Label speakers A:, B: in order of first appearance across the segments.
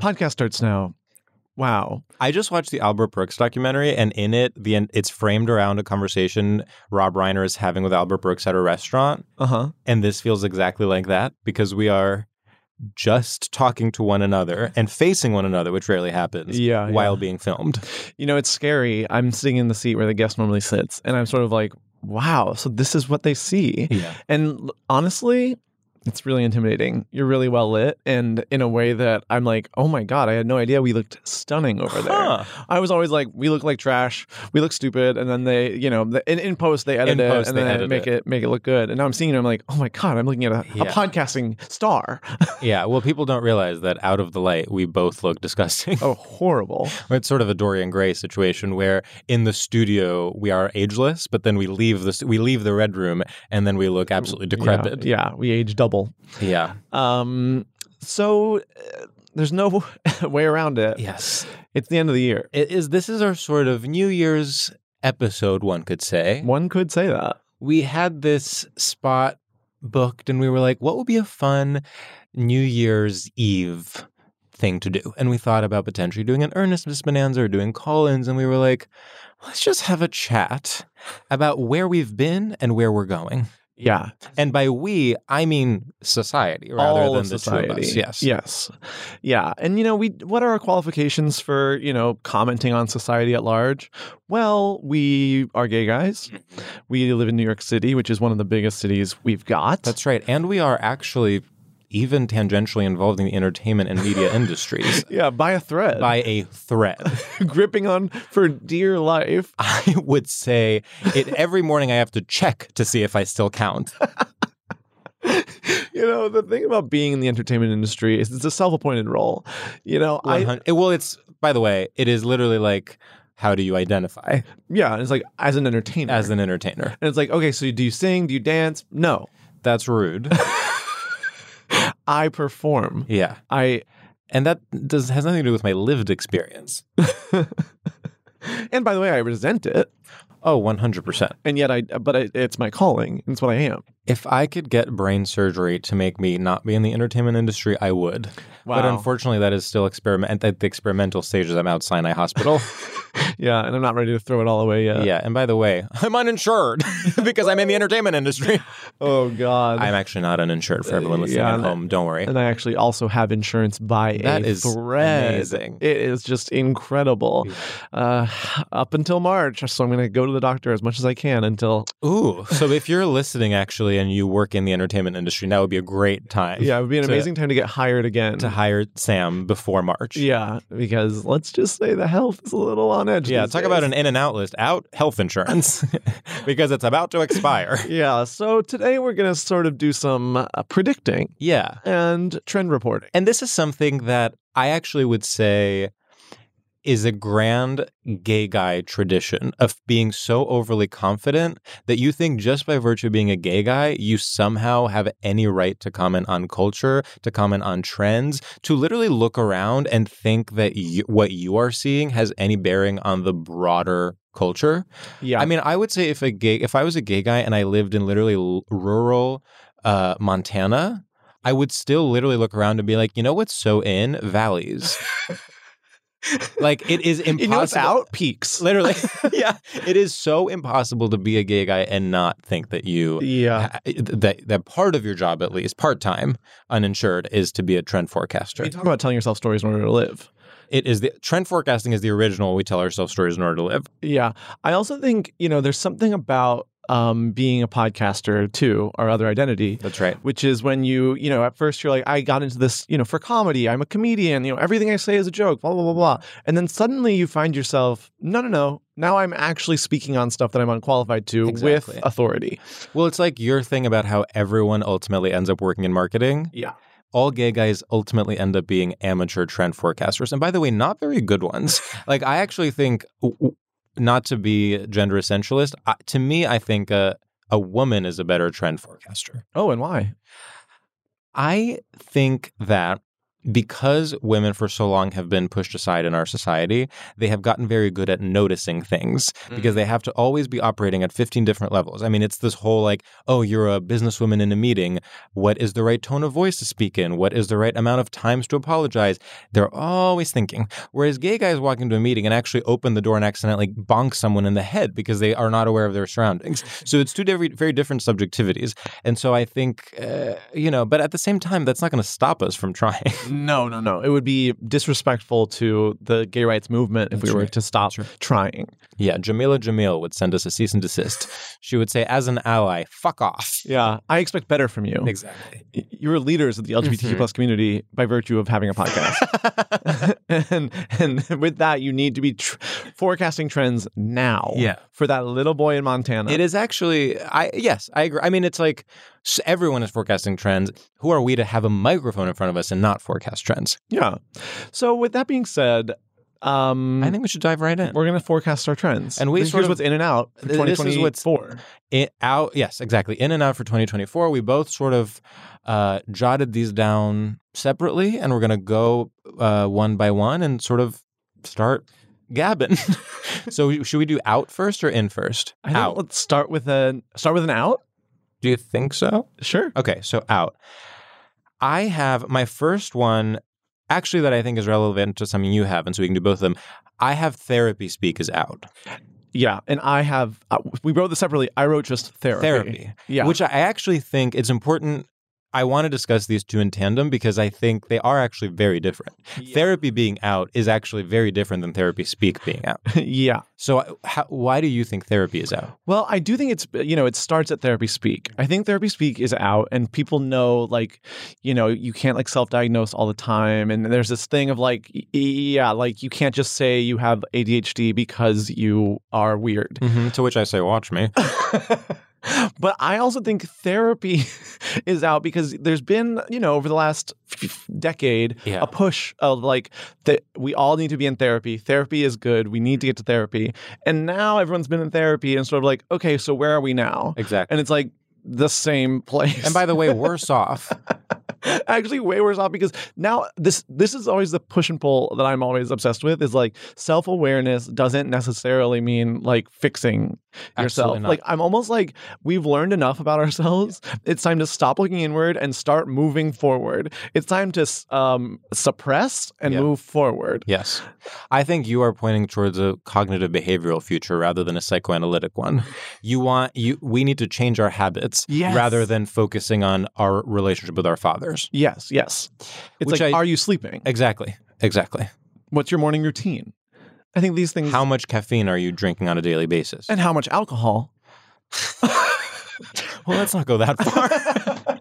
A: Podcast starts now. Wow.
B: I just watched the Albert Brooks documentary, and in it, the en- it's framed around a conversation Rob Reiner is having with Albert Brooks at a restaurant,
A: Uh huh.
B: and this feels exactly like that because we are just talking to one another and facing one another, which rarely happens.
C: Yeah,
B: while
C: yeah.
B: being filmed.
C: You know, it's scary. I'm sitting in the seat where the guest normally sits, and I'm sort of like, wow, so this is what they see.
B: Yeah.
C: And l- honestly, it's really intimidating. You're really well lit, and in a way that I'm like, oh my God, I had no idea we looked stunning over
B: Huh.
C: there. I was always like, we look like trash, we look stupid, and then they, you know, the, in, in post they edit
B: In
C: it
B: post,
C: and
B: they
C: then
B: edit
C: make
B: it.
C: it. make it look good. And now I'm seeing it, I'm like, oh my God, I'm looking at a, a
B: Yeah.
C: podcasting star.
B: yeah. Well, people don't realize that out of the light, we both look disgusting.
C: oh, horrible.
B: It's sort of a Dorian Gray situation where in the studio we are ageless, but then we leave the st- we leave the red room and then we look absolutely decrepit.
C: Mm, Yeah, yeah, we age double.
B: yeah.
C: Um, so uh, there's no way around it.
B: Yes.
C: It's the end of the year.
B: It is this is our sort of New Year's episode, one could say.
C: One could say that.
B: We had this spot booked and we were like, what would be a fun New Year's Eve thing to do? And we thought about potentially doing an earnestness bonanza or doing call-ins, and we were like, let's just have a chat about where we've been and where we're going.
C: Yeah.
B: And by we, I mean society rather
C: All
B: than
C: of
B: the
C: society.
B: two of us. Yes.
C: Yes. Yeah. And you know, we what are our qualifications for, you know, commenting on society at large? Well, we are gay guys.
B: Mm-hmm.
C: We live in New York City, which is one of the biggest cities we've got.
B: That's right. And we are actually even tangentially involved in the entertainment and media industries
C: yeah, by a thread.
B: by a thread.
C: gripping on for dear life.
B: I would say it every morning I have to check to see if I still count.
C: You know, the thing about being in the entertainment industry is it's a self-appointed role. You know, I
B: 100 well, it's by the way, it is literally like how do you identify
C: Yeah, and it's like as an entertainer.
B: as an entertainer?
C: and it's like, okay, so do you sing? Do you dance? No,
B: That's rude.
C: I perform.
B: Yeah.
C: I
B: And that does has nothing to do with my lived experience.
C: and by the way, I resent it,
B: Oh, 100%.
C: and yet I but I, it's my calling. It's what I am.
B: If I could get brain surgery to make me not be in the entertainment industry, I would. But
C: Wow.
B: unfortunately, that is still experiment at the experimental stages. I'm out Sinai Hospital.
C: Yeah, and I'm not ready to throw it all away yet.
B: yeah, and by the way, I'm uninsured because I'm in the entertainment industry.
C: Oh God.
B: I'm actually not uninsured for everyone listening
C: yeah,
B: at
C: and-
B: home. Don't worry.
C: and I actually also have insurance by
B: That
C: a
B: is
C: thread.
B: amazing.
C: It is just incredible. Uh, up until March, so I'm going to go to the doctor as much as I can until
B: Ooh, so if you're listening actually and you work in the entertainment industry, that would be a great time.
C: yeah, it would be an
B: to-
C: amazing time to get hired again.
B: to hire Sam before March.
C: Yeah, because let's just say the health is a little on edge
B: Yeah,
C: these
B: talk about
C: days.
B: an in and out list. Out health insurance because it's about to expire.
C: Yeah, so today we're going to sort of do some uh, predicting
B: Yeah.
C: and trend reporting.
B: And this is something that I actually would say is a grand gay guy tradition of being so overly confident that you think just by virtue of being a gay guy, you somehow have any right to comment on culture, to comment on trends, to literally look around and think that you, what you are seeing has any bearing on the broader culture.
C: Yeah,
B: I mean, I would say if a gay, if I was a gay guy and I lived in literally l- rural uh, Montana, I would still literally look around and be like, you know what's so in valleys? like it is
C: you know what's
B: impossible.
C: out peaks.
B: Literally, yeah, it is so impossible to be a gay guy and not think that you
C: Yeah.
B: ha- eh, that that part of your job, at least part time, uninsured, is to be a trend forecaster.
C: You talk about telling yourself stories in order to live.
B: It is the trend forecasting is the original. We tell ourselves stories in order to live.
C: Yeah. I also think, you know, there's something about um, being a podcaster too, our other identity,
B: That's right.
C: which is when you, you know, at first you're like, I got into this, you know, for comedy. I'm a comedian. You know, everything I say is a joke, blah, blah, blah, blah. And then suddenly you find yourself, no, no, no. Now I'm actually speaking on stuff that I'm unqualified to
B: Exactly.
C: with authority.
B: Well, it's like your thing about how everyone ultimately ends up working in marketing.
C: Yeah.
B: All gay guys ultimately end up being amateur trend forecasters. And by the way, not very good ones. like, I actually think, w- w- not to be gender essentialist, I, to me, I think a, a woman is a better trend forecaster.
C: Oh, and why?
B: I think that because women for so long have been pushed aside in our society, they have gotten very good at noticing things because they have to always be operating at 15 different levels. I mean, it's this whole like, oh, you're a businesswoman in a meeting. What is the right tone of voice to speak in? What is the right amount of times to apologize? They're always thinking. Whereas gay guys walk into a meeting and actually open the door and accidentally bonk someone in the head because they are not aware of their surroundings. So it's two very, very different subjectivities. And so I think, uh, you know, but at the same time, that's not going to stop us from trying.
C: No, no, no. It would be disrespectful to the gay rights movement if
B: That's
C: we were
B: right.
C: to stop trying.
B: Yeah, Jamila Jamil would send us a cease and desist. She would say, as an ally, fuck off.
C: Yeah. I expect better from you.
B: Exactly. Mm-hmm.
C: you're leaders of the LGBTQ plus community by virtue of having a podcast, and and with that you need to be tr- forecasting trends now.
B: Yeah.
C: for that little boy in Montana,
B: It is actually, I yes, I agree. I mean, it's like s- everyone is forecasting trends. Who are we to have a microphone in front of us and not forecast trends?
C: Yeah. So with that being said, um,
B: I think we should dive right in.
C: we're gonna forecast our trends,
B: And we
C: This-
B: sort
C: here's
B: of-
C: what's in and out. For
B: Th- this is what's-
C: 2024.
B: in, out yes exactly in and out for 2024 we both sort of uh, jotted these down separately and we're going to go uh, one by one and sort of start gabbing so should we do out first or in first
C: I think
B: out
C: Let's start with an start with an out.
B: do you think so
C: Sure.
B: okay so out i have my first one actually that i think is relevant to something you have and so we can do both of them i have therapy speak is out
C: Yeah, and I have. Uh, we wrote this separately. I wrote just therapy.
B: therapy
C: Yeah.
B: Which I actually think it's important. I want to discuss these two in tandem because I think they are actually very different. Therapy being out is actually very different than therapy speak being out.
C: yeah.
B: So, uh, how, why do you think therapy is out?
C: Well, I do think it's you know it starts at therapy speak. I think therapy speak is out, and people know like you know you can't like self-diagnose all the time, and there's this thing of like y- yeah, like you can't just say you have ADHD because you are weird.
B: Mm-hmm, To which I say, watch me.
C: but I also think therapy is out because there's been, you know, over the last f- decade,
B: Yeah.
C: a push of like that we all need to be in therapy. Therapy is good. We need to get to therapy. And now everyone's been in therapy and sort of like, okay, so where are we now?
B: Exactly.
C: And it's like the same place.
B: And by the way, worse off.
C: actually way worse off because now this this is always the push and pull that I'm always obsessed with is like self awareness doesn't necessarily mean like fixing yourself.
B: Absolutely not.
C: Like I'm almost like we've learned enough about ourselves. It's time to stop looking inward and start moving forward. It's time to um, suppress and
B: Yeah.
C: move forward.
B: Yes. I think you are pointing towards a cognitive behavioral future rather than a psychoanalytic one. You want you we need to change our habits
C: Yes.
B: rather than focusing on our relationship with our fathers.
C: Yes, yes. It's
B: Which
C: like,
B: I-
C: are you sleeping?
B: Exactly. Exactly.
C: What's your morning routine? I think these things.
B: How much caffeine are you drinking on a daily basis?
C: and how much alcohol?
B: well, let's not go that far.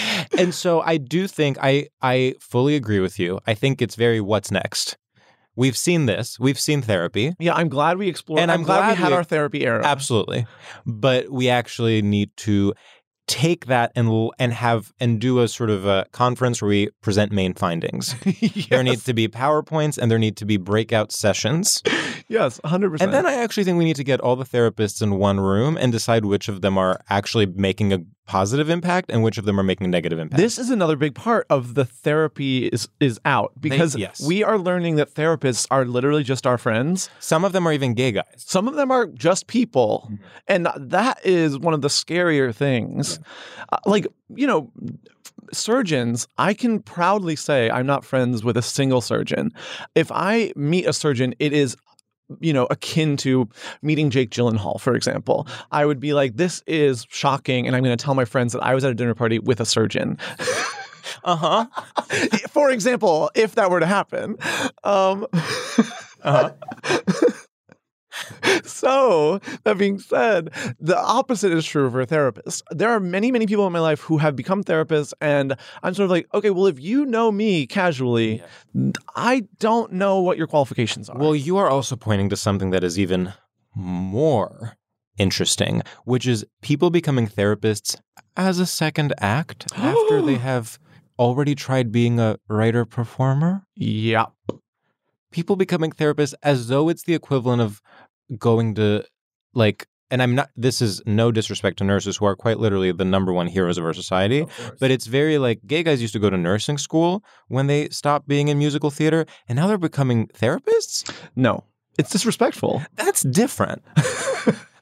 B: and so I do think I I fully agree with you. I think it's very what's next. We've seen this. We've seen therapy.
C: Yeah, I'm glad we explored.
B: And I'm glad
C: we had
B: we-
C: our therapy era.
B: Absolutely. But we actually need to take that and l- and have and do a sort of a conference where we present main findings. There need to be PowerPoints and there need to be breakout sessions.
C: yes, 100%.
B: And then I actually think we need to get all the therapists in one room and decide which of them are actually making a positive impact and which of them are making a negative impact.
C: This is another big part of the therapy is is out because
B: yes.
C: we are learning that therapists are literally just our friends.
B: Some of them are even gay guys.
C: Some of them are just people, and that is one of the scarier things. Uh, like you know, surgeons. I can proudly say I'm not friends with a single surgeon. If I meet a surgeon, it is. You know, akin to meeting Jake Gyllenhaal, for example, I would be like, "This is shocking," and I'm going to tell my friends that I was at a dinner party with a surgeon.
B: Uh huh.
C: for example, if that were to happen. Um, so, that being said, the opposite is true for therapists. There are many, many people in my life who have become therapists, and I'm sort of like, okay, well, if you know me casually, I don't know what your qualifications are.
B: Well, you are also pointing to something that is even more interesting, which is people becoming therapists as a second act after they have already tried being a writer performer.
C: yeah.
B: People becoming therapists as though it's the equivalent of going to like and I'm not this is no disrespect to nurses who are quite literally the number one heroes of our society, but it's very like gay guys used to go to nursing school when they stopped being in musical theater and now they're becoming therapists?
C: No, it's disrespectful.
B: That's different.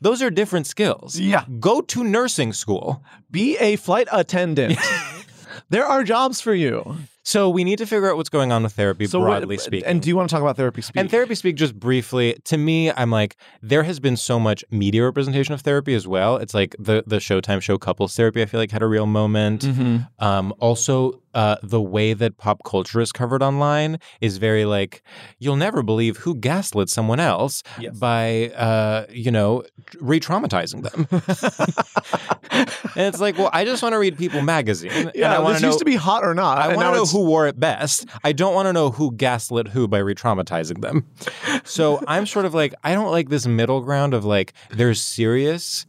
B: Those are different skills.
C: Yeah.
B: Go to nursing school.
C: Be a flight attendant. there are jobs for you.
B: So we need to figure out what's going on with therapy,
C: what-
B: broadly speaking.
C: And do you want to talk about therapy speak?
B: And therapy speak just briefly. To me, I'm like there has been so much media representation of therapy as well. It's like the the Showtime show couples therapy. I feel like had a real moment.
C: Mm-hmm.
B: Um, also, uh, the way that pop culture is covered online is very like you'll never believe who gaslit someone else by uh, you know re-traumatizing them. and it's like, well, I just want to read People magazine. and
C: yeah,
B: I wanna
C: this
B: know,
C: used to be hot or not.
B: I
C: and
B: want
C: now
B: to know
C: it's-
B: who wore it best. I don't want to know who gaslit who by re traumatizing them. So I'm sort of like, I don't like this middle ground of like, there's serious.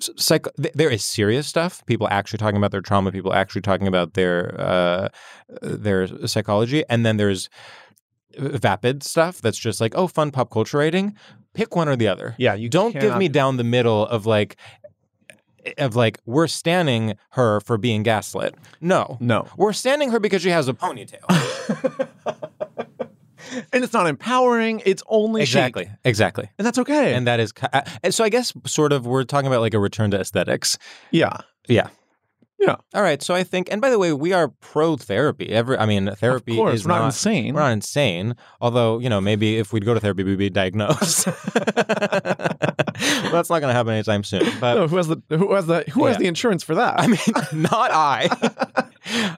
B: s- Psych- th- there is serious stuff. People actually talking about their trauma. People actually talking about their uh, their psychology. And then there's vapid stuff that's just like, oh, fun pop culture writing. Pick one or the other.
C: Yeah, you
B: don't give
C: cannot
B: me down the middle of like of like we're standing her for being gaslit. No,
C: No.
B: we're standing her because she has a ponytail.
C: and it's not empowering. It's only chic.
B: exactly, exactly.
C: and that's okay.
B: And that is, ki- uh, and so I guess sort of we're talking about like a return to aesthetics.
C: yeah,
B: Yeah. Uh,
C: yeah.
B: All right. So I think, and by the way, we are pro therapy. Every, I mean, therapy
C: course,
B: is
C: we're not
B: not
C: insane.
B: We're not insane. Although, you know, maybe if we'd go to therapy, we'd be diagnosed. That's not going to happen anytime soon. But
C: No, who has the who has the who has
B: Yeah.
C: the insurance for that?
B: I mean, not I.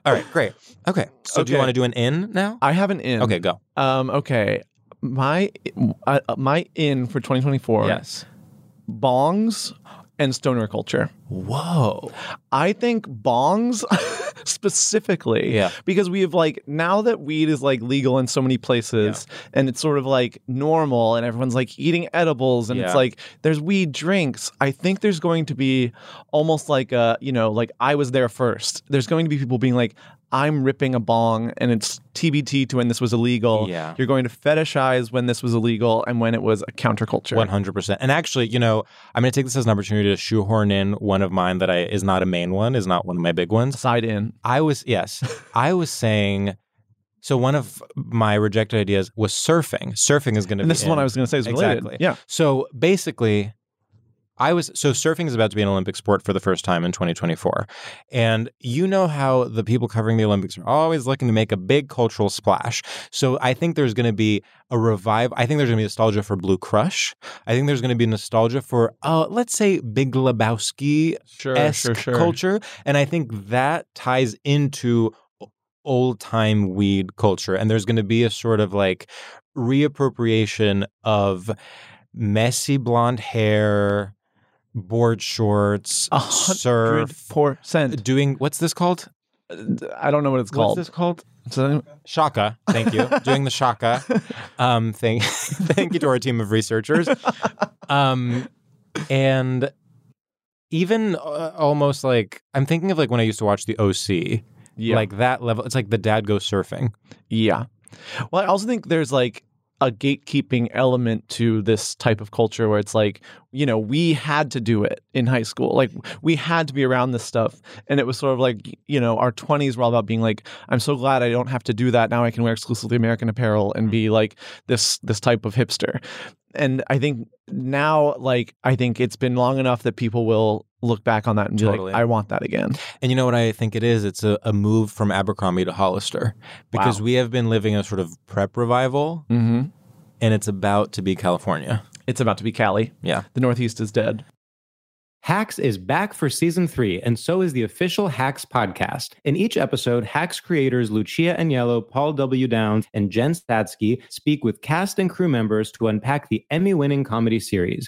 B: All right, great. Okay. So do you
C: Okay.
B: want to do an in now?
C: I have an in.
B: Okay, go.
C: Um. Okay. My uh, my in for 2024. Bongs and stoner culture.
B: Whoa.
C: I think bongs specifically,
B: Yeah.
C: because we have like now that weed is like legal in so many places and it's sort of like normal and everyone's like eating edibles and it's
B: Yeah.
C: like there's weed drinks. I think there's going to be almost like a, you know, like I was there first. There's going to be people being like, I'm ripping a bong and it's TBT to when this was illegal.
B: Yeah.
C: You're going to fetishize when this was illegal and when it was a counterculture.
B: One hundred percent. And actually, you know, I'm going to take this as an opportunity to shoehorn in one of mine that I is not a main one, is not one of my big ones.
C: Side in.
B: I was yes, I was saying. So one of my rejected ideas was surfing. Surfing is going to.
C: And
B: be
C: this is one
B: in.
C: I was going to say is related.
B: Exactly.
C: Yeah.
B: So basically, I was so surfing is about to be an Olympic sport for the first time in 2024. And you know how the people covering the Olympics are always looking to make a big cultural splash. So I think there's going to be a revive. I think there's going to be nostalgia for Blue Crush. I think there's going to be nostalgia for, uh, let's say, Big Lebowski
C: Sure,
B: esque
C: sure, sure.
B: culture. And I think that ties into old time weed culture. And there's going to be a sort of like reappropriation of messy blonde hair, board shorts,
C: A
B: surf,
C: hundred percent.
B: doing what's this called?
C: I don't know what it's called.
B: What's this called?
C: Does anyone-
B: Shaka. Thank you. Doing the shaka. Um, thank, thank you to our team of researchers. Um, and even uh, almost like I'm thinking of like when I used to watch the OC,
C: yeah.
B: like that level. It's like the dad goes surfing.
C: Yeah. Well, I also think there's like a gatekeeping element to this type of culture where it's like, you know, we had to do it in high school. Like we had to be around this stuff. And it was sort of like, you know, our 20s were all about being like, I'm so glad I don't have to do that. Now I can wear exclusively American apparel and be like this this type of hipster. And I think now like I think it's been long enough that people will look back on that and be
B: Totally.
C: like, I want that again.
B: And you know what I think it is? It's a, a move from Abercrombie to Hollister because we have been living a sort of prep revival
C: Mm-hmm.
B: and it's about to be California.
C: It's about to be Cali.
B: Yeah.
C: The Northeast is dead.
D: Hacks is back for season three, and so is the official Hacks podcast. In each episode, Hacks creators Lucia Agnello, Paul W. Downs, and Jen Statsky speak with cast and crew members to unpack the Emmy winning comedy series.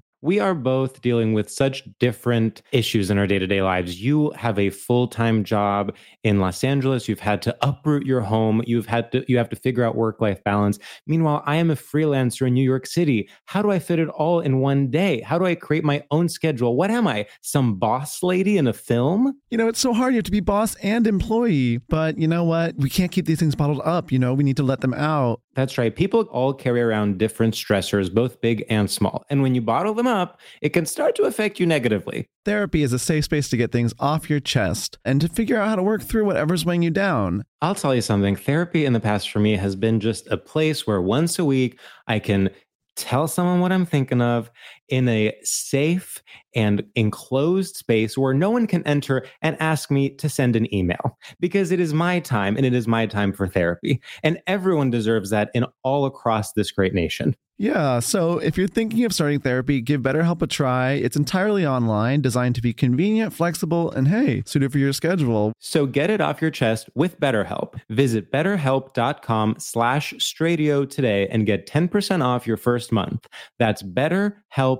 D: We are both dealing with such different issues in our day to day lives. You have a full time job in Los Angeles. You've had to uproot your home. You've had to, you have to figure out work life balance. Meanwhile, I am a freelancer in New York City. How do I fit it all in one day? How do I create my own schedule? What am I? Some boss lady in a film?
A: You know, it's so hard. You have to be boss and employee, but you know what? We can't keep these things bottled up. You know, we need to let them out.
D: That's right. People all carry around different stressors, both big and small. And when you bottle them up, it can start to affect you negatively.
A: Therapy is a safe space to get things off your chest and to figure out how to work through whatever's weighing you down.
D: I'll tell you something. Therapy in the past for me has been just a place where once a week I can tell someone what I'm thinking of in a safe and enclosed space where no one can enter and ask me to send an email because it is my time and it is my time for therapy. And everyone deserves that in all across this great nation.
A: Yeah, so if you're thinking of starting therapy, give BetterHelp a try. It's entirely online, designed to be convenient, flexible, and hey, suited for your schedule.
D: So get it off your chest with BetterHelp. Visit betterhelp.com slash stradio today and get 10% off your first month. That's betterhelp,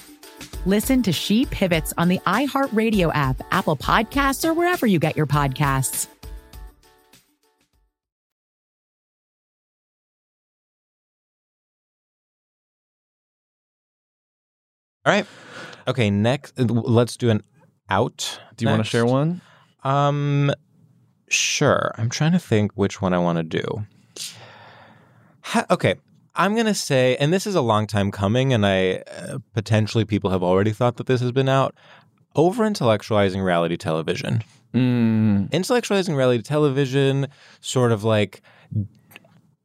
E: Listen to She Pivots on the iHeartRadio app, Apple Podcasts, or wherever you get your podcasts.
B: All right. Okay. Next, uh, let's do an out.
C: Do you want to
B: next.
C: share one?
B: Um, sure. I'm trying to think which one I want to do. Ha- okay, I'm gonna say, and this is a long time coming, and I uh, potentially people have already thought that this has been out. Over intellectualizing reality television. Mm, Intellectualizing reality television, sort of like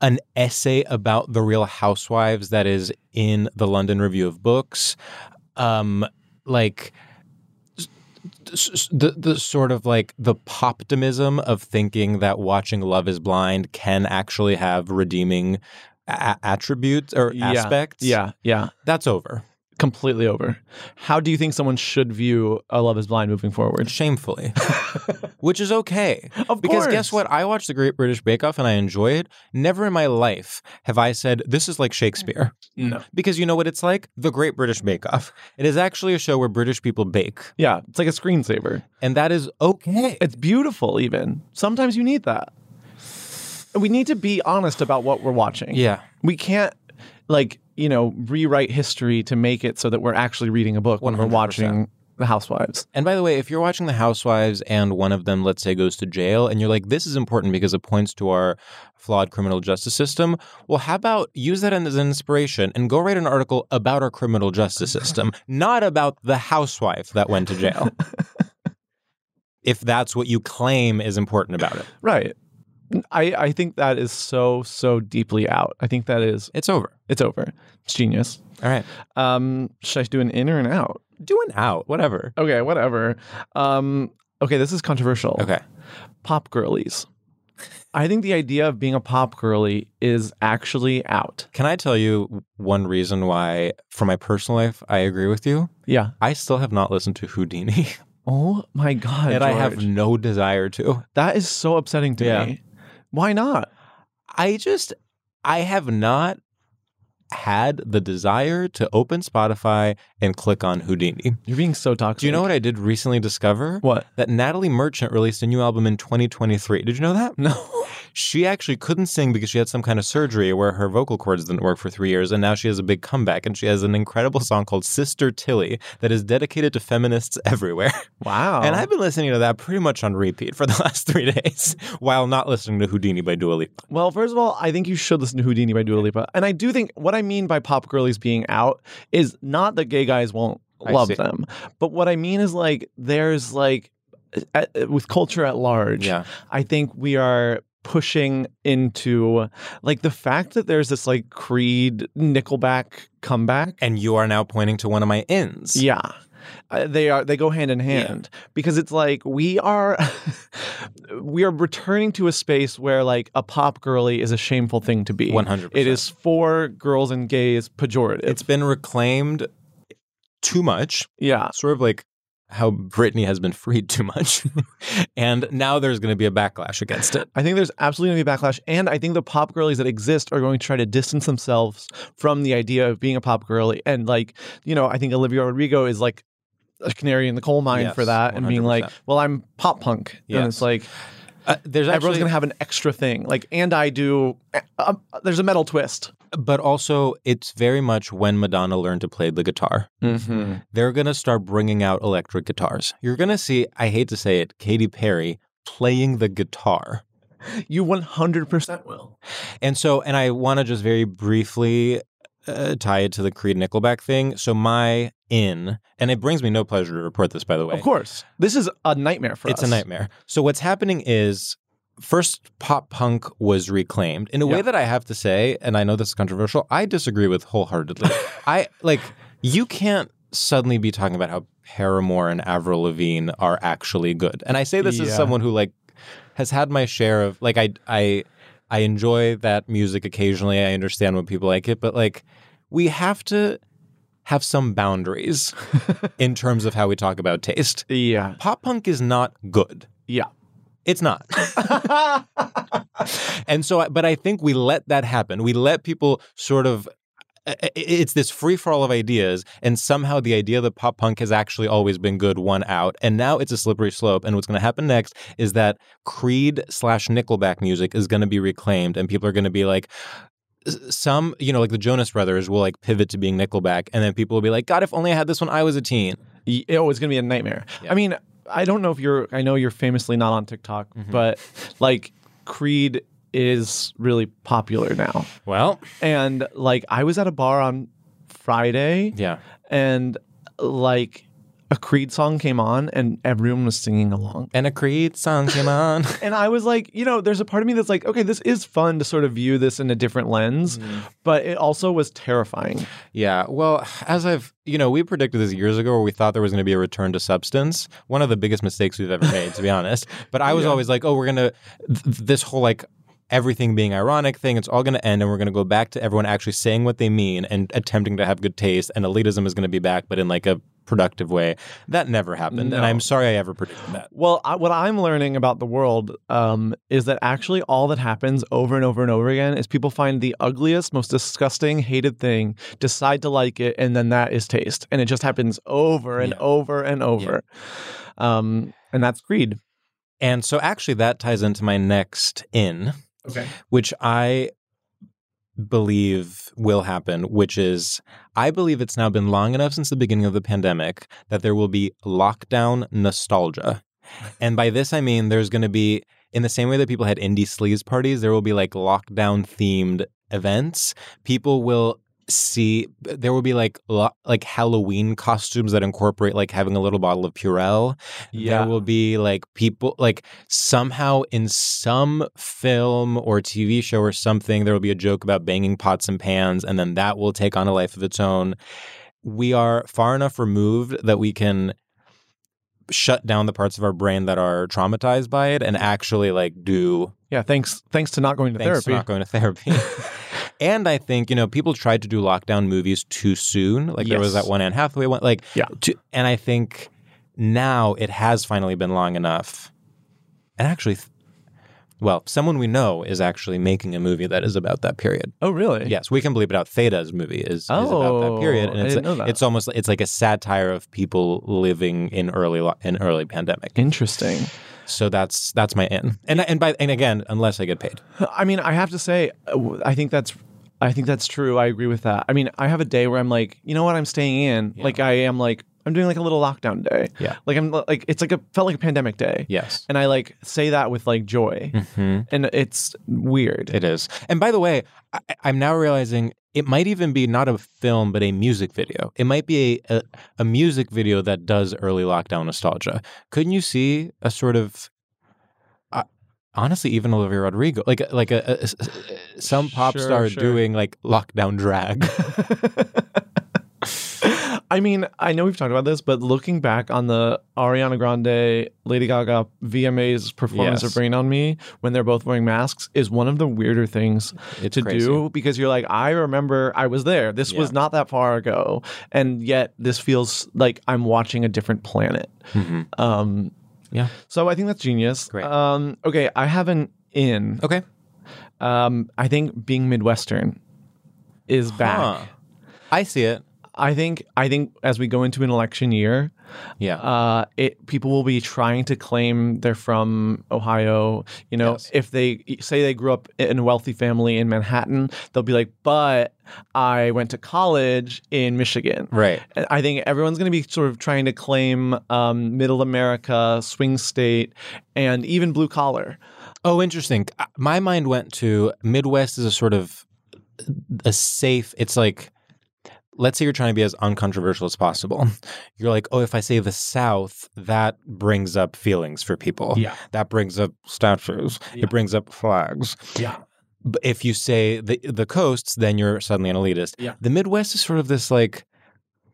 B: an essay about the Real Housewives that is in the London Review of Books. Um, like s- s- the the sort of like the poptimism of thinking that watching Love Is Blind can actually have redeeming a- attributes or
C: Yeah.
B: aspects.
C: Yeah, yeah.
B: that's over.
C: completely over. How do you think someone should view A Love Is Blind moving forward?
B: Shamefully, which is okay.
C: Of
B: because
C: course.
B: guess what? I watched the Great British Bake Off and I enjoy it. Never in my life have I said this is like Shakespeare.
C: No.
B: Because you know what it's like? The Great British Bake Off. It is actually a show where British people bake,
C: Yeah, it's like a screensaver.
B: and that is okay.
C: It's beautiful, even. Sometimes you need that. We need to be honest about what we're watching.
B: Yeah.
C: We can't, like, you know, rewrite history to make it so that we're actually reading a book when we're
B: 100%.
C: watching The Housewives.
B: And by the way, if you're watching The Housewives and one of them, let's say, goes to jail, and you're like, this is important because it points to our flawed criminal justice system, well, how about use that as an inspiration and go write an article about our criminal justice system, not about the housewife that went to jail? if that's what you claim is important about it,
C: Right. I, I think that is so, so deeply out. I think that is,
B: it's over.
C: it's over. It's genius.
B: All right.
C: Um, should I do an in or an out?
B: Do an out, whatever.
C: Okay, whatever. Um, okay, this is controversial.
B: Okay.
C: Pop girlies. I think the idea of being a pop girly is actually out.
B: Can I tell you one reason why, for my personal life, I agree with you?
C: Yeah.
B: I still have not listened to Houdini,
C: Oh my god.
B: and I have
C: George.
B: no desire to.
C: that is so upsetting to
B: Yeah.
C: me. Why not?
B: I just I have not had the desire to open Spotify and click on Houdini.
C: You're being so toxic.
B: Do you know what I did recently discover?
C: What?
B: That Natalie Merchant released a new album in 2023. Did you know that? No. She actually couldn't sing because she had some kind of surgery where her vocal cords didn't work for three years, and now she has a big comeback. And she has an incredible song called Sister Tilly that is dedicated to feminists everywhere.
C: Wow.
B: And I've been listening to that pretty much on repeat for the last three days while not listening to Houdini by Dua Lipa.
C: Well, first of all, I think you should listen to Houdini by Dua Lipa. And I do think what I mean by pop girlies being out is not that gay guys won't
B: I
C: love
B: see.
C: them, but what I mean is like there's like at, with culture at large,
B: Yeah.
C: I think we are pushing into like the fact that there's this like Creed Nickelback comeback.
B: and you are now pointing to one of my ins.
C: Yeah. Uh, they are they go hand in hand because it's like we are we are returning to a space where like a pop girly is a shameful thing to be.
B: 100%.
C: It is for girls and gays pejorative.
B: It's been reclaimed too much,
C: yeah.
B: sort of like how Britney has been freed too much. and now there's going to be a backlash against it.
C: I think there's absolutely going to be backlash and I think the pop girlies that exist are going to try to distance themselves from the idea of being a pop girly and like, you know, I think Olivia Rodrigo is like a canary in the coal mine
B: Yes,
C: for that and being like,
B: 100%.
C: well, I'm pop punk. And it's
B: Yes.
C: like
B: Uh, there's
C: everyone's
B: actually,
C: gonna have an extra thing like and i do uh, uh, there's a metal twist
B: but also it's very much when Madonna learned to play the guitar.
C: mm-hmm.
B: They're going to start bringing out electric guitars. You're going to see, I hate to say it, Katy Perry playing the guitar.
C: you 100% will
B: And so, and I want to just very briefly uh, tie it to the Creed Nickelback thing. So, my in, and it brings me no pleasure to report this, by the way.
C: of course this is a nightmare for
B: It's
C: us
B: a nightmare. So, what's happening is first, pop punk was reclaimed in a
C: Yeah.
B: way that I have to say, and I know this is controversial, I disagree with wholeheartedly. I like, you can't suddenly be talking about how Paramore and Avril Lavigne are actually good. And I say this as
C: Yeah.
B: someone who, like, has had my share of like I I I enjoy that music occasionally. I understand when people like it, but like we have to have some boundaries in terms of how we talk about taste.
C: yeah
B: Pop punk is not good.
C: yeah
B: It's not. and so I- but I think we let that happen. We let people sort of i- i- it's this free for all of ideas, and somehow the idea that pop punk has actually always been good won out, and now it's a slippery slope. And what's going to happen next is that Creed slash Nickelback music is going to be reclaimed, and people are going to be like, s- some you know, like the Jonas Brothers will like pivot to being Nickelback, and then people will be like, God, if only I had this when I was a teen.
C: Y- oh it's gonna be a nightmare i mean i don't know if you're i know you're famously not on tiktok
B: Mm-hmm.
C: but like creed is really popular now
B: Well,
C: and like i was at a bar on friday
B: yeah,
C: and like a creed song came on and everyone was singing along
B: and a Creed song came on.
C: And I was like, you know, there's a part of me that's like, okay, this is fun to sort of view this in a different lens,
B: Mm-hmm.
C: but it also was terrifying.
B: Yeah. Well, as I've, you know, we predicted this years ago where we thought there was going to be a return to substance. One of the biggest mistakes we've ever made, to be honest. But I was always like, oh, we're going to, th- this whole like, everything being ironic thing. It's all going to end, and we're going to go back to everyone actually saying what they mean and attempting to have good taste. And elitism is going to be back, but in like a productive way. That never happened,
C: No.
B: and I'm sorry I ever predicted that.
C: Well, I, what I'm learning about the world um, is that actually all that happens over and over and over again is people find the ugliest, most disgusting, hated thing, decide to like it, and then that is taste. And it just happens over and
B: Yeah.
C: over and over. Um, and that's greed.
B: And so actually that ties into my next in.
C: Okay.
B: Which I believe will happen, which is I believe it's now been long enough since the beginning of the pandemic that there will be lockdown nostalgia. And by this I mean there's going to be in the same way that people had indie sleaze parties, there will be like lockdown themed events. People will see there will be like lo- like Halloween costumes that incorporate like having a little bottle of Purell there will be like people like somehow in some film or TV show or something there will be a joke about banging pots and pans and then that will take on a life of its own. We are far enough removed that we can shut down the parts of our brain that are traumatized by it and actually like do
C: Yeah. Thanks. Thanks to not going to
B: Thanks
C: therapy.
B: for not going to therapy. and I think you know people tried to do lockdown movies too soon. Like there was
C: Yes.
B: that one Anne Hathaway one. Like
C: Yeah.
B: to- and I think now it has finally been long enough. And actually, th- well, someone we know is actually making a movie that is about that period.
C: oh, really?
B: Yes, we can bleep it out. Theta's movie is, is about that
C: Oh,
B: period,
C: I
B: it's
C: didn't know that.
B: it's almost it's like a satire of people living in early lo- in early pandemic.
C: Interesting.
B: So that's that's my in. And and by and again, unless I get paid.
C: I mean, I have to say, uh, I think that's. I think that's true. I agree with that. I mean, I have a day where I'm like, you know what? I'm staying in. Like, I am like, I'm doing like a little lockdown day.
B: Yeah.
C: Like, I'm like, it's like a felt like a pandemic day.
B: Yes.
C: And I like say that with like joy,
B: Hmm.
C: and it's weird.
B: It is. And by the way, I, I'm now realizing it might even be not a film, but a music video. It might be a, a, a music video that does early lockdown nostalgia. Couldn't you see a sort of, uh, honestly, even Olivia Rodrigo, like a- like a, a- s- s- some pop
C: Sure,
B: star
C: sure.
B: doing like lockdown drag?
C: I mean, I know we've talked about this, but looking back on the Ariana Grande, Lady Gaga VMA's performance
B: Yes.
C: of Rain on Me when they're both wearing masks is one of the weirder things
B: It's
C: to
B: crazy.
C: do because you're like, I remember I was there. This was
B: Yeah.
C: not that far ago. And yet this feels like I'm watching a different planet. Um,
B: Yeah.
C: So I think that's genius.
B: Great.
C: Um, okay. I have an in.
B: Okay.
C: Um, I think being Midwestern is back.
B: Huh. I see it.
C: I think I think as we go into an election year,
B: Yeah.
C: uh, it people will be trying to claim they're from Ohio. You know,
B: Yes.
C: if they say they grew up in a wealthy family in Manhattan, they'll be like, "But I went to college in Michigan."
B: right.
C: And I think everyone's going to be sort of trying to claim um, middle America, swing state, and even blue collar.
B: Oh, interesting. Uh, My mind went to Midwest is a sort of uh, a safe. It's like, let's say you're trying to be as uncontroversial as possible. You're like, oh, if I say the South, that brings up feelings for people.
C: Yeah.
B: that brings up statues. It brings up flags.
C: Yeah.
B: But if you say the the coasts, then you're suddenly an elitist.
C: Yeah.
B: The Midwest is sort of this like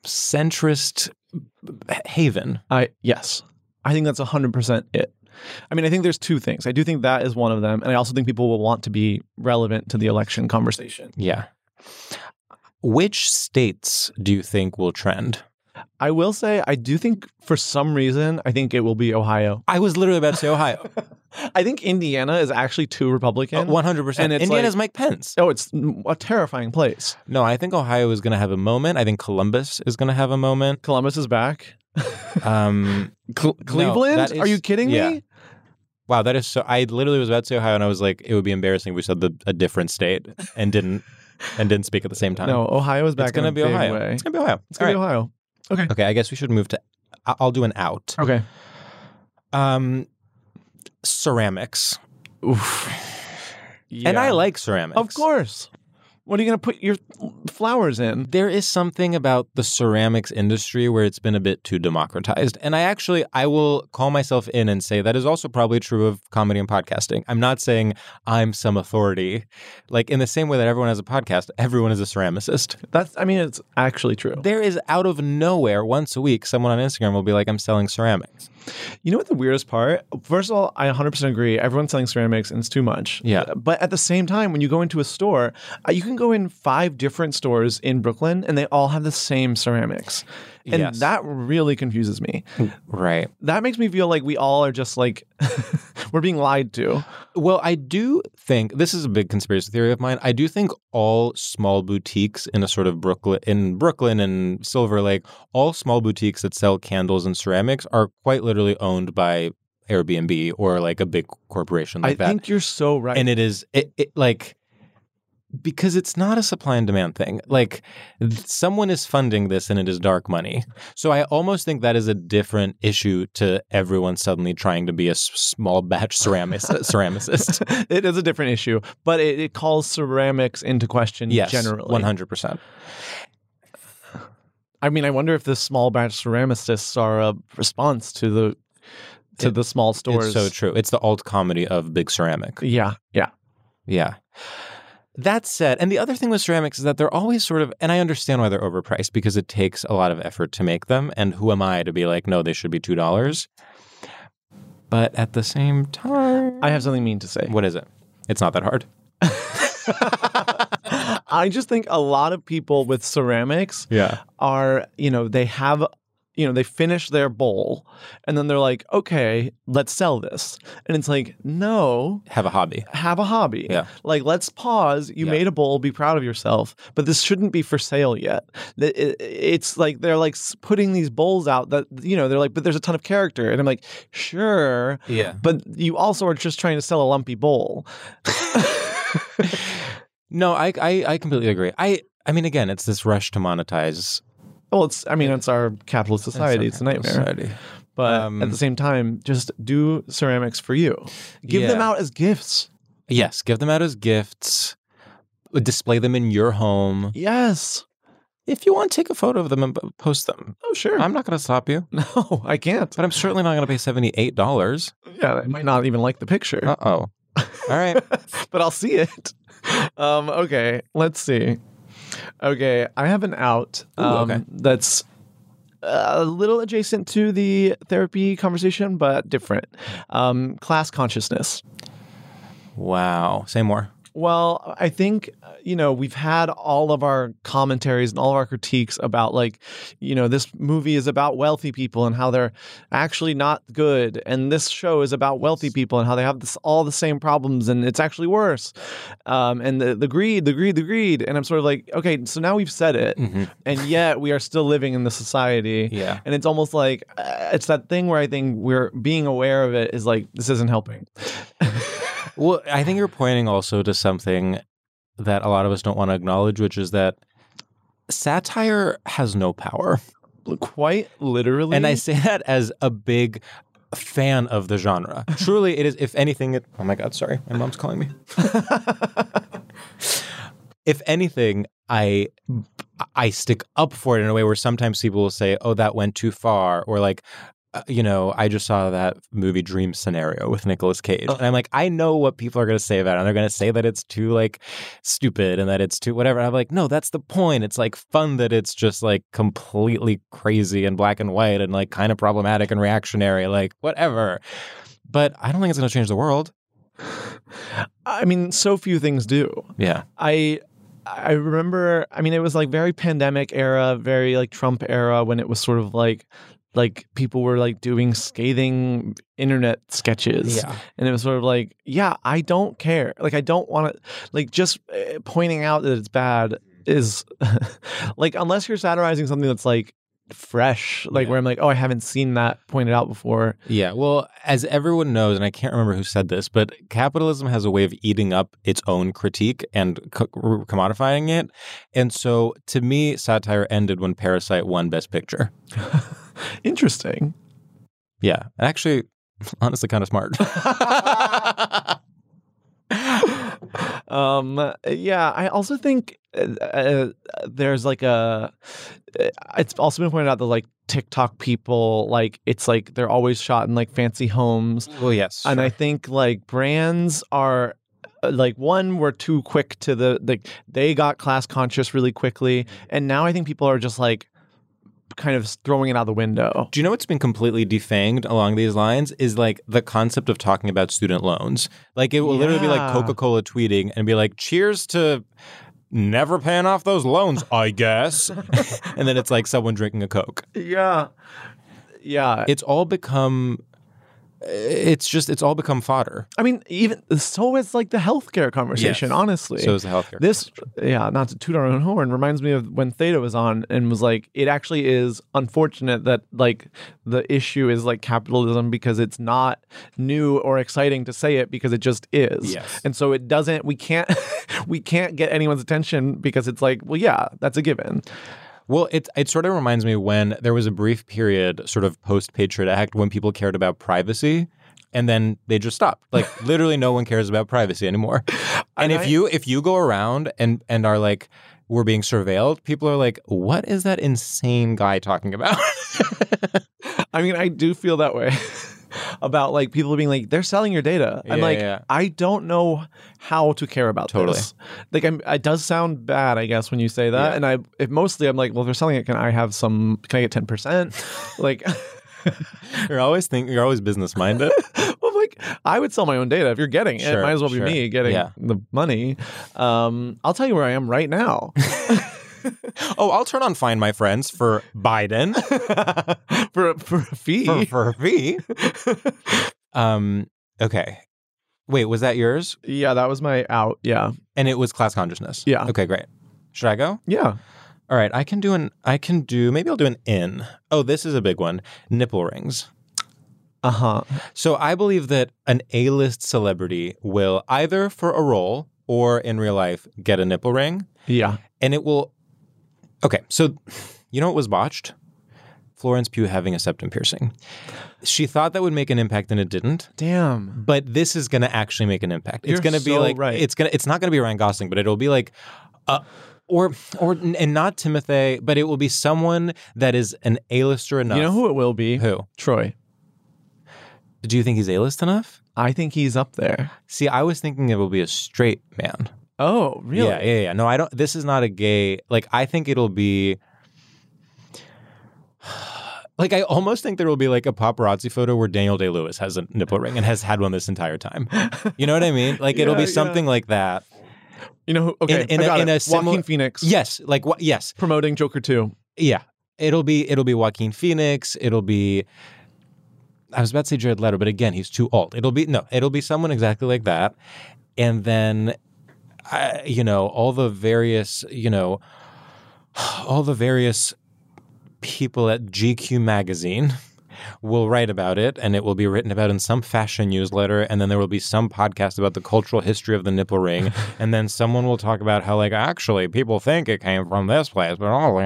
B: centrist uh, haven.
C: I yes, I think that's hundred percent it. I mean, I think there's two things. I do think that is one of them, and I also think people will want to be relevant to the election conversation.
B: Yeah. Which states do you think will trend?
C: I will say, I do think for some reason, I think it will be Ohio.
B: I was literally about to say Ohio. Uh,
C: I think Indiana is actually too Republican.
B: One hundred
C: And
B: percent.
C: it's
B: Indiana's
C: like-
B: Mike Pence.
C: Oh, it's a terrifying place.
B: No, I think Ohio is going to have a moment. I think Columbus is going to have a moment.
C: Columbus is back.
B: Um,
C: Cle- Cleveland?
B: that
C: Are
B: is-
C: you kidding
B: yeah.
C: me?
B: wow, that is so. I literally was about to say Ohio, and I was like, it would be embarrassing if we said the, a different state and didn't and didn't speak at the same time.
C: No, Ohio is back.
B: it's going to
C: in a
B: be
C: big
B: Ohio.
C: way.
B: It's going to be Ohio.
C: It's going to be Ohio. Okay.
B: Okay, I guess we should move to. I- I'll do an out.
C: Okay.
B: Um, ceramics, and I
C: Yeah.
B: like ceramics.
C: Of course. What are you going to put your flowers in?
B: there is something about the ceramics industry where it's been a bit too democratized and i actually i will call myself in and say that is also probably true of comedy and podcasting i'm not saying i'm some authority like in the same way that everyone has a podcast everyone is a ceramicist
C: That's I mean it's actually true.
B: there is out of nowhere once a week someone on instagram will be like i'm selling ceramics
C: You know what the weirdest part? First of all, I 100% agree. Everyone's selling ceramics and it's too much.
B: Yeah.
C: But at the same time, when you go into a store, uh, you can go in five different stores in Brooklyn and they all have the same ceramics. And
B: Yes.
C: that really confuses me.
B: Right.
C: That makes me feel like we all are just like, we're being lied to.
B: Well, I do think this is a big conspiracy theory of mine. I do think all small boutiques in a sort of Brooklyn in Brooklyn and Silver Lake, all small boutiques that sell candles and ceramics are quite literally owned by Airbnb or like a big corporation like
C: I
B: that.
C: think you're so right.
B: and it is it, it like because it's not a supply and demand thing like th- someone is funding this and it is dark money so i almost think that is a different issue to everyone suddenly trying to be a s- small batch ceramic- ceramicist
C: it is a different issue, but it, it calls ceramics into question
B: yes
C: generally.
B: 100%
C: I mean, I wonder if the small batch ceramicists are a response to the to
B: It-
C: the small stores.
B: it's so true it's the alt comedy of big ceramic
C: Yeah, yeah.
B: Yeah. That said, and the other thing with ceramics is that they're always sort of, and I understand why they're overpriced because it takes a lot of effort to make them. And who am I to be like, no, they should be $2? But at the same time,
C: I have something mean to say.
B: what is it? It's not that hard.
C: I just think a lot of people with ceramics
B: Yeah.
C: are, you know, they have you know, they finish their bowl and then they're like, okay, let's sell this. And it's like, no,
B: Have a hobby.
C: have a hobby.
B: Yeah.
C: Like, let's pause. You
B: Yeah.
C: made a bowl. Be proud of yourself. But this shouldn't be for sale yet. Th- it- It's like they're like s- putting these bowls out that, you know, they're like, but there's a ton of character. And I'm like, sure.
B: Yeah.
C: But you also are just trying to sell a lumpy bowl.
B: No, I, I, I completely agree. I, I mean, again, it's this rush to monetize
C: Well, it's, I mean, it's our capitalist society. It's, a nightmare.
B: Society.
C: But
B: Um,
C: at the same time, just do ceramics for you. Give them
B: Yeah.
C: out as gifts.
B: Yes. Give them out as gifts, display them in your home.
C: Yes.
B: If you want, take a photo of them and p- post them.
C: Oh, sure.
B: I'm not going to stop you.
C: no, I can't.
B: But I'm certainly not going to pay seventy-eight dollars.
C: Yeah, I might not even like the picture.
B: Uh oh. All right.
C: but I'll see it. Um, okay, let's see. Okay, I have an out
B: Ooh,
C: um,
B: okay.
C: that's a little adjacent to the therapy conversation, but different. Um, class consciousness.
B: Wow. Say more.
C: Well, I think, uh, you know, we've had all of our commentaries and all of our critiques about, like, you know, this movie is about wealthy people and how they're actually not good. And this show is about wealthy people and how they have this, all the same problems and it's actually worse. Um, and the, the greed, the greed, the greed. And I'm sort of like, okay, so now we've said it. And yet we are still living in the society.
B: Mm-hmm. Yeah.
C: And it's almost like uh, it's that thing where I think we're being aware of it is like, this isn't helping.
B: Well, I think you're pointing also to something that a lot of us don't want to acknowledge, which is that satire has no power.
C: Quite literally.
B: And I say that as a big fan of the genre. Truly, it is, if anything, it, oh my God, sorry, my mom's calling me. if anything, I. I stick up for it in a way where sometimes people will say, "Oh, that went too far," or like, uh, you know, I just saw that movie Dream Scenario with Nicolas Cage, and I'm like, I know what people are going to say about it, and they're going to say that it's too like stupid and that it's too whatever. And I'm like, no, that's the point. It's like fun that it's just like completely crazy and black and white and like kind of problematic and reactionary, like whatever. But I don't think it's going to change the world.
C: I mean, so few things do.
B: Yeah,
C: I I remember. I mean, it was like very pandemic era, very like Trump era when it was sort of like like people were like doing scathing internet sketches
B: Yeah.
C: and it was sort of like yeah i don't care like i don't want to like just uh, pointing out that it's bad is like unless you're satirizing something that's like fresh like
B: Yeah.
C: where i'm like oh i haven't seen that pointed out before
B: yeah. Well, as everyone knows, and I can't remember who said this, but capitalism has a way of eating up its own critique and co- r- commodifying it. And so, to me, satire ended when Parasite won Best Picture.
C: interesting
B: Yeah, actually, honestly, kind of smart.
C: um yeah i also think uh, uh, there's like a uh, it's also been pointed out that like tiktok people like it's like they're always shot in like fancy homes
B: well, yes.
C: and i think like brands are uh, like one were too quick to the like they got class conscious really quickly and now i think people are just like kind of throwing it out the window.
B: Do you know what's been completely defanged along these lines is like the concept of talking about student loans. Like it will literally be like
C: Yeah.
B: Coca Cola tweeting and be like, "Cheers to never paying off those loans, I guess." and then it's like someone drinking a Coke.
C: Yeah. Yeah.
B: It's all become. It's just it's all become fodder.
C: I mean, even so is like the healthcare conversation,
B: Yes.
C: honestly.
B: So is the healthcare
C: This, yeah, not to toot our own horn, reminds me of when Theta was on and was like, it actually is unfortunate that like the issue is like capitalism because it's not new or exciting to say it because it just is.
B: Yes.
C: And so it doesn't, we can't, we can't get anyone's attention because it's like, well, yeah, that's a given.
B: Well, it it sort of reminds me when there was a brief period, sort of post Patriot Act, when people cared about privacy, and then they just stopped. Like literally, no one cares about privacy anymore. And if you if you go around and and are like we're being surveilled, people are like, "What is that insane guy talking about?"
C: I mean, I do feel that way about like people being like they're selling your data. I'm
B: Yeah,
C: like,
B: yeah.
C: I don't know how to care about
B: Totally.
C: this. Like, I'm, it does sound bad, I guess, when you say that.
B: Yeah.
C: And I, if mostly, I'm like, well, if they're selling it, can I have some? Can I get ten percent? like.
B: you're always think you're always business minded.
C: Well, like I would sell my own data if you're getting it.
B: Sure,
C: Might as well be
B: sure.
C: me getting
B: Yeah.
C: the money. Um, I'll tell you where I am right now
B: oh, I'll turn on Find My Friends for Biden
C: for a- for a fee.
B: for for a fee. Um. Okay. Wait, was that yours?
C: yeah, that was my out. Yeah,
B: And it was class consciousness.
C: Yeah.
B: Okay, great. Should I go?
C: yeah.
B: All right, I can do an I can do maybe I'll do an in. Oh, this is a big one. Nipple rings.
C: Uh huh.
B: So I believe that an A-list celebrity will either for a role or in real life get a nipple ring
C: Yeah.
B: and it will Okay, so you know what was botched? Florence Pugh having a septum piercing. She thought that would make an impact and it didn't.
C: Damn.
B: But this is going to actually make an impact. it's
C: You're
B: going to be
C: so
B: like
C: right.
B: it's going to it's not going to be Ryan Gosling, but it'll be like uh, or or and not Timothy, but it will be someone that is an A-lister enough.
C: You know who it will be?
B: Who?
C: Troy.
B: Do you think he's A-list enough?
C: I think he's up there.
B: See, I was thinking it will be a straight man.
C: Oh, really?
B: Yeah, yeah, yeah. No, I don't. This is not a gay. Like, I think it'll be. Like, I almost think there will be like a paparazzi photo where Daniel Day Lewis has a nipple ring and has had one this entire time. You know what I mean? Like, it'll
C: Yeah,
B: be
C: yeah.
B: something like that.
C: You know who? Okay,
B: In- in
C: I
B: a-
C: got
B: in
C: it.
B: a similar-
C: Joaquin Phoenix.
B: Yes. Like, what? Yes.
C: Promoting Joker 2.
B: Yeah. It'll be, it'll be Joaquin Phoenix. It'll be, I was about to say Jared Leto, but again, he's too old. It'll be, no, it'll be someone exactly like that. And then, I, you know, all the various, you know, all the various people at GQ magazine will write about it and it will be written about in some fashion newsletter and then there will be some podcast about the cultural history of the nipple ring and then someone will talk about how like actually people think it came from this place but oh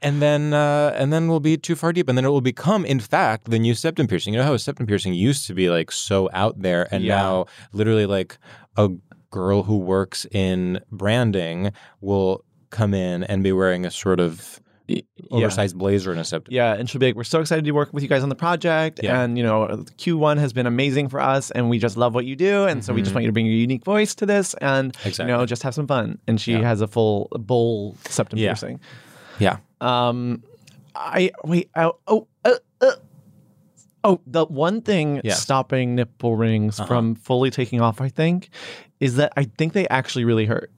B: and then uh, and then we'll be too far deep and then it will become in fact the new septum piercing you know how a septum piercing used to be like so out there and
C: Yeah.
B: now literally like a girl who works in branding will come in and be wearing a sort of oversized blazer and a septum
C: Yeah, and she'll be like, we're so excited to be working with you guys on the project.
B: Yeah.
C: And, you know, Q1 has been amazing for us, and we just love what you do. And so we just want you to bring your unique voice to this and, you know,
B: Exactly.
C: just have some fun. And she has a full bowl septum
B: Yeah.
C: piercing.
B: yeah.
C: Um, I wait. I, oh, uh, uh, oh, the one thing
B: Yes.
C: stopping nipple rings from fully taking off, I think, is that I think they actually really hurt,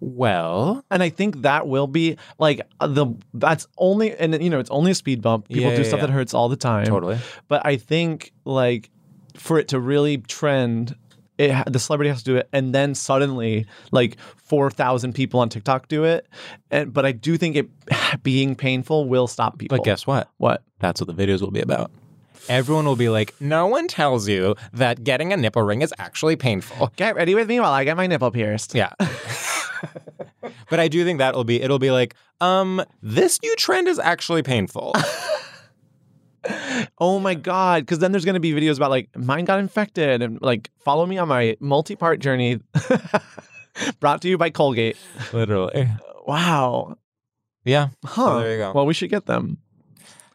B: Well,
C: and I think that will be like uh, the that's only and you know it's only a speed bump. People
B: Yeah,
C: do
B: yeah,
C: stuff
B: yeah.
C: that hurts all the time,
B: Totally.
C: But I think like for it to really trend. It, ha- the celebrity has to do it, and then suddenly, like four thousand people on TikTok do it. And but I do think it being painful will stop people.
B: but guess what?
C: What?
B: That's what the videos will be about. Everyone will be like, no one tells you that getting a nipple ring is actually painful.
C: Get ready with me while I get my nipple pierced.
B: Yeah. but I do think that'll be it'll be like, um, this new trend is actually painful.
C: Oh my god! Because then there's going to be videos about like mine got infected and like follow me on my multi-part journey. Brought to you by Colgate.
B: Literally.
C: Wow.
B: Yeah.
C: Huh.
B: Oh, there you go.
C: Well, we should get them.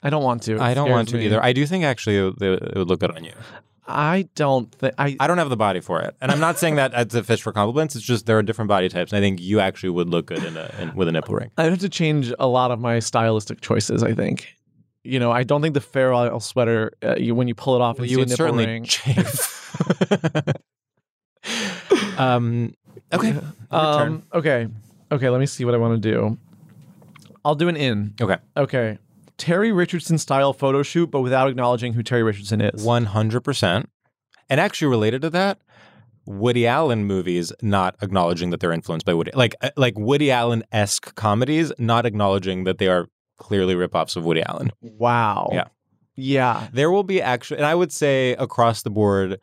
C: I don't want to. It
B: I don't
C: scares
B: want to
C: me.
B: either. I do think actually it would- it would look good on you.
C: I don't think I.
B: I don't have the body for it, and I'm not saying that as a fish for compliments. It's just there are different body types, and I think you actually would look good in a in, with a nipple ring.
C: I have to change a lot of my stylistic choices. I think, you know, I don't think the Fair Isle sweater uh, you, when you pull it off, and
B: you
C: see
B: would
C: a nipple
B: certainly
C: ring.
B: chafe. um, okay. Your turn.
C: Um, okay, okay. Let me see what I want to do. I'll do an in.
B: Okay.
C: Okay, Terry Richardson style photo shoot, but without acknowledging who Terry Richardson is.
B: One hundred percent. And actually, related to that, Woody Allen movies not acknowledging that they're influenced by Woody, like uh, like Woody Allen esque comedies, not acknowledging that they are clearly ripoffs of Woody Allen.
C: Wow.
B: Yeah.
C: Yeah.
B: There will be actually, and I would say across the board.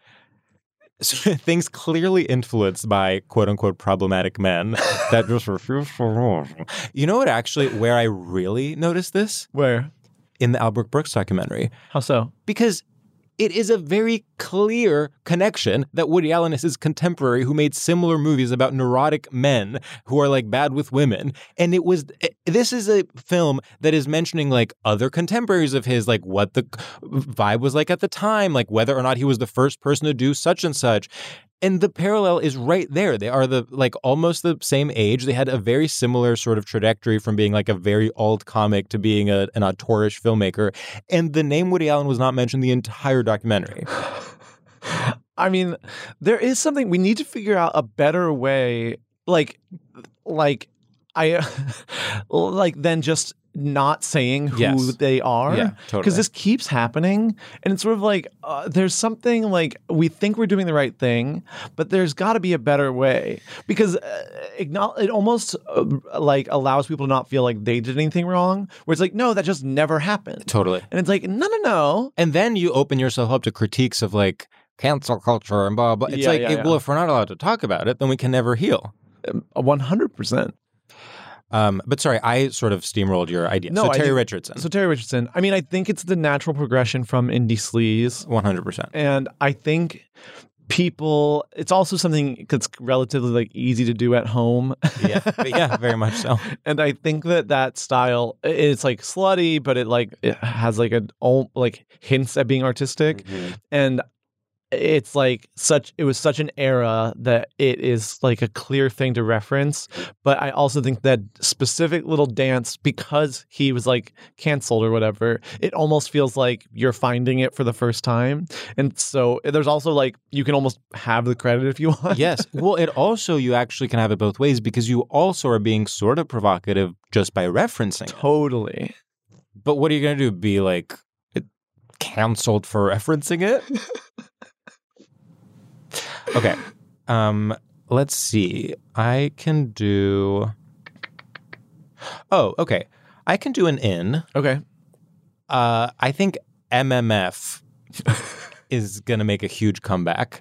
B: so things clearly influenced by quote unquote problematic men that just refuse to. You know what? Actually, where I really noticed this
C: Where?
B: in the Albert Brooks documentary,
C: How so?
B: because it is a very clear connection that Woody Allen is his contemporary who made similar movies about neurotic men who are like bad with women. And it was eh, this is a film that is mentioning like other contemporaries of his, like what the vibe was like at the time, like whether or not he was the first person to do such and such. And the parallel is right there. They are the like almost the same age. They had a very similar sort of trajectory from being like a very alt comic to being a, an auteurish filmmaker. And the name Woody Allen was not mentioned the entire documentary.
C: I mean, there is something we need to figure out a better way, like, like I, like than just not saying who
B: Yes.
C: they are.
B: Yeah, totally.
C: Because this keeps happening, and it's sort of like uh, there's something like we think we're doing the right thing, but there's got to be a better way because uh, acknowl- it almost uh, like allows people to not feel like they did anything wrong. Where it's like, no, that just never happened.
B: Totally.
C: And it's like, no, no, no.
B: And then you open yourself up to critiques of like cancel culture and blah blah. It's
C: Yeah,
B: like
C: yeah,
B: it-
C: yeah.
B: well, if we're not allowed to talk about it, then we can never heal.
C: One hundred percent.
B: Um, but sorry, I sort of steamrolled your idea.
C: No,
B: so
C: I
B: Terry
C: think-
B: Richardson,
C: So Terry Richardson. I mean, I think it's the natural progression from indie sleaze,
B: one hundred percent.
C: and I think people. It's also something that's relatively like easy to do at home,
B: Yeah, yeah, very much so.
C: and I think that that style i- it's like slutty, but it like it has like an al- like hints at being artistic, and it's like such it was such an era that it is like a clear thing to reference but i also think that specific little dance because he was like canceled or whatever it almost feels like you're finding it for the first time and so there's also like you can almost have the credit if you want
B: yes. Well, it also you actually can have it both ways because you also are being sort of provocative just by referencing. it.
C: totally
B: But what are you going to do? Be like it- canceled for referencing it? okay. Um let's see. I can do Oh, okay. I can do an in.
C: okay
B: Uh I think MMF is going to make a huge comeback.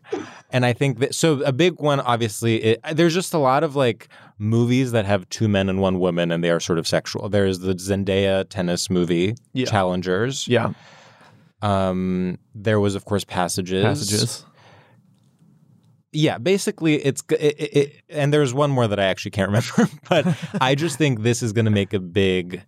B: And I think that so a big one obviously it, there's just a lot of like movies that have two men and one woman and they are sort of sexual. There's the Zendaya tennis movie
C: Yeah.
B: Challengers.
C: yeah
B: Um there was of course Passages.
C: passages
B: Yeah, basically it's g- it, it, it, and there's one more that I actually can't remember, but I just think this is going to make a big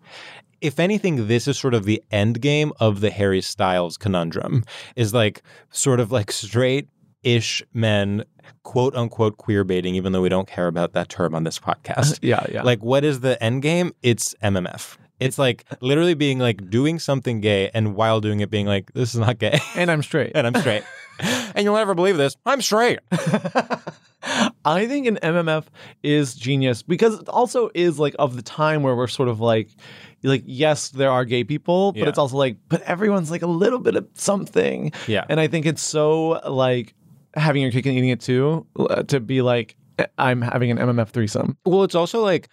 B: if anything, this is sort of the end game of the Harry Styles conundrum is like sort of like straight ish men, quote unquote, queer baiting, even though we don't care about that term on this podcast.
C: yeah yeah
B: Like, what is the end game? It's MMF. It's like literally being like doing something gay and while doing it being like, this is not gay
C: and i'm straight
B: and I'm straight. and you'll never believe this. I'm straight.
C: I think an MMF is genius because it also is like of the time where we're sort of like, like yes, there are gay people, but
B: Yeah.
C: it's also like, but everyone's like a little bit of something.
B: Yeah.
C: and I think it's so like having your cake and eating it too uh, to be like, I'm having an MMF threesome.
B: Well, it's also like,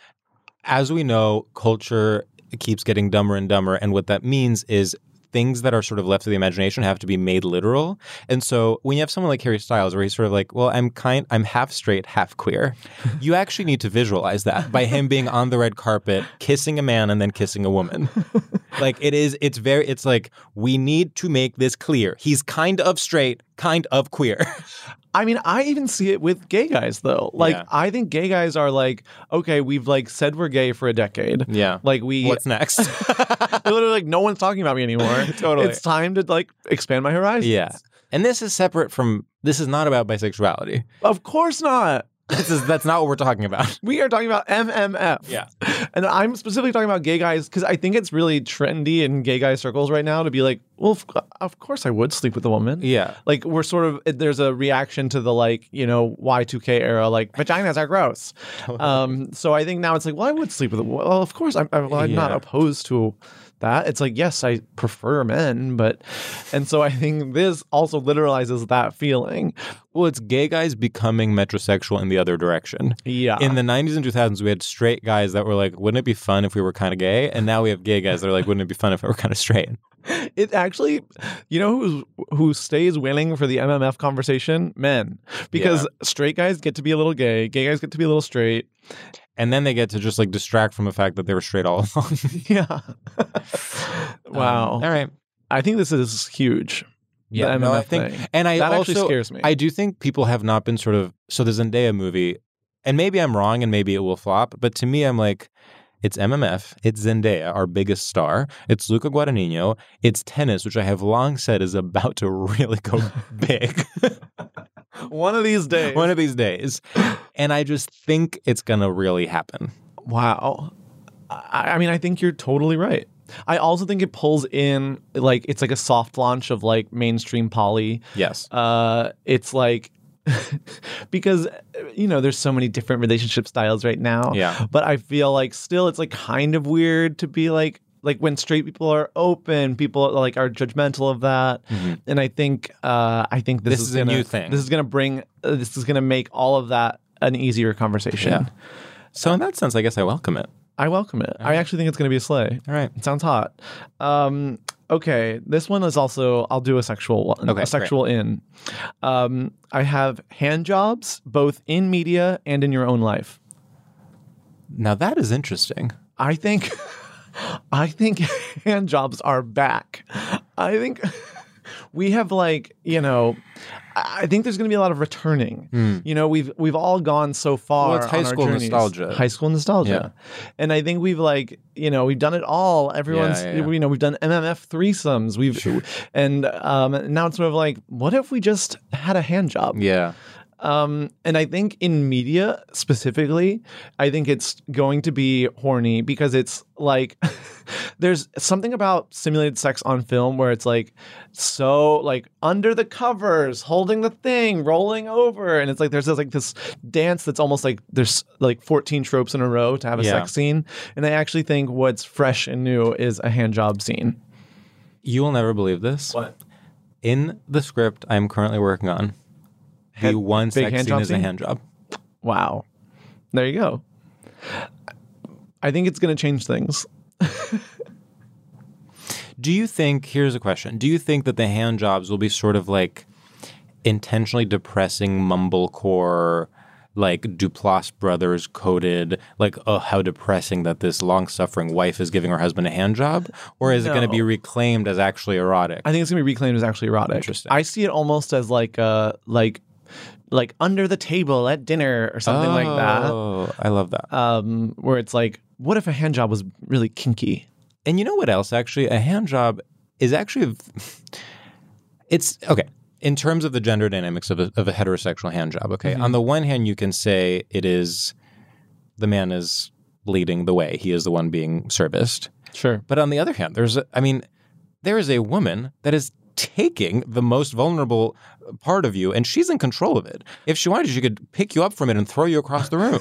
B: as we know, culture keeps getting dumber and dumber. And what that means is things that are sort of left to the imagination have to be made literal. And so when you have someone like Harry Styles, where he's sort of like, well, I'm kind, I'm half straight, half queer, you actually need to visualize that by him being on the red carpet, kissing a man and then kissing a woman. like it is, it's very, it's like, we need to make this clear. He's kind of straight, kind of queer.
C: I mean, I even see it with gay guys though. Like,
B: Yeah.
C: I think gay guys are like, okay, we've like said we're gay for a decade.
B: Yeah.
C: Like we
B: What's next?
C: They're literally like, no one's talking about me anymore.
B: Totally.
C: It's time to like expand my horizons.
B: Yeah. And this is separate from this is not about bisexuality.
C: Of course not.
B: This is that's not what we're talking about.
C: We are talking about MMF.
B: Yeah.
C: And I'm specifically talking about gay guys because I think it's really trendy in gay guy circles right now to be like, well, of, of course I would sleep with a woman.
B: Yeah.
C: Like, we're sort of, there's a reaction to the like, you know, Y2K era, like, vaginas are gross. Um, so I think now it's like, well, I would sleep with a woman. Well, of course, I'm, I'm, well, I'm not
B: Yeah.
C: opposed to that. It's like, yes, I prefer men, but, and so I think this also literalizes that feeling.
B: Well, it's gay guys becoming metrosexual in the other direction.
C: Yeah.
B: In the 90s and 2000s, we had straight guys that were like, wouldn't it be fun if we were kind of gay? And now we have gay guys that are like, wouldn't it be fun if I were kind of straight?
C: It actually, you know, who's, who stays winning for the MMF conversation? Men, because straight guys get to be a little gay, gay guys get to be a little straight.
B: And then they get to just like distract from the fact that they were straight all along.
C: Yeah. wow.
B: Um, all right.
C: I think this is huge.
B: Yeah,
C: the MMF
B: no, I think,
C: thing.
B: and I
C: that
B: also,
C: actually scares me.
B: I do think people have not been sort of so the Zendaya movie, and maybe I'm wrong, and maybe it will flop. But to me, I'm like, it's MMF, it's Zendaya, our biggest star, it's Luca Guadagnino, it's tennis, which I have long said is about to really go big
C: One of these days.
B: one of these days, and I just think it's gonna really happen.
C: wow. I, I mean, I think you're totally right. I also think it pulls in like it's like a soft launch of like mainstream poly.
B: Yes,
C: uh, it's like because you know there's so many different relationship styles right now.
B: Yeah.
C: But I feel like still it's like kind of weird to be like like when straight people are open, people like are judgmental of that. And I think uh, I think this,
B: Mm-hmm. This is a
C: gonna,
B: new thing.
C: This is gonna bring uh, this is gonna make all of that an easier conversation.
B: Yeah. so in that sense, I guess I welcome it.
C: I welcome it. I actually think it's gonna be a sleigh.
B: All right.
C: It sounds hot. Um, okay, this one is also I'll do a sexual one.
B: Okay,
C: a sexual in. Um, I have hand jobs both in media and in your own life.
B: Now that is interesting.
C: I think I think hand jobs are back. I think we have like, you know, I I think there's going to be a lot of returning. You know, we've we've all gone so far.
B: Hmm. Well, it's high
C: on our
B: school
C: journeys.
B: nostalgia.
C: High school nostalgia, and I think we've like, you know, we've done it all. Everyone's,
B: yeah, yeah.
C: you know, we've done MMF threesomes. We've, and um, now it's sort of like, what if we just had a hand job?
B: Yeah.
C: Um, and I think in media specifically, I think it's going to be horny because it's like there's something about simulated sex on film where it's like so like under the covers, holding the thing, rolling over, and it's like there's this, like this dance that's almost like there's like 14 tropes in a row to have a
B: Yeah.
C: sex scene. And I actually think what's fresh and new is a hand job scene.
B: You will never believe this.
C: What?
B: In the script I'm currently working on, the one
C: big
B: sex
C: hand
B: scene
C: job
B: is a
C: scene?
B: hand job.
C: Wow. There you go. I think it's going to change things.
B: Do you think, here's a question, do you think that the hand jobs will be sort of like intentionally depressing mumblecore, like Duplass Brothers coded, like, oh, how depressing that this long suffering wife is giving her husband a hand job? Or is it going to be
C: No.
B: reclaimed as actually erotic?
C: I think it's gonna be reclaimed as actually erotic.
B: Interesting.
C: I see it almost as like uh like like under the table at dinner or something like that.
B: Oh, I love that.
C: Um, where it's like, what if a hand job was really kinky?
B: And you know what else? Actually, a hand job is actually it's okay in terms of the gender dynamics of a, of a heterosexual hand job. Okay, on the one hand, you can say it is the man is leading the way; he is the one being serviced.
C: Sure.
B: But on the other hand, there's a, I mean, there is a woman that is taking the most vulnerable part of you, and she's in control of it. If she wanted, she could pick you up from it and throw you across the room.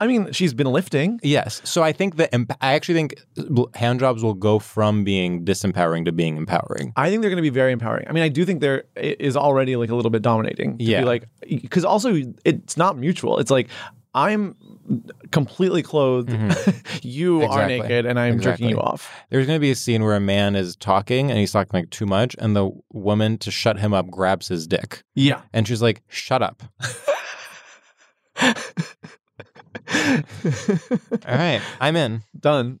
C: I mean, she's been lifting.
B: Yes. So I think that emp- I actually think l- hand jobs will go from being disempowering to being empowering.
C: I think they're going to be very empowering. I mean, I do think there i- is already like a little bit dominating. To
B: Yeah.
C: Be like, because also it's not mutual. It's like I'm completely clothed. you are
B: Mm-hmm. Exactly.
C: naked, and I'm jerking
B: Exactly.
C: you off.
B: There's going to be a scene where a man is talking and he's talking like too much, and the woman to shut him up grabs his dick,
C: Yeah.
B: and she's like, "Shut up." All right, I'm in.
C: Done.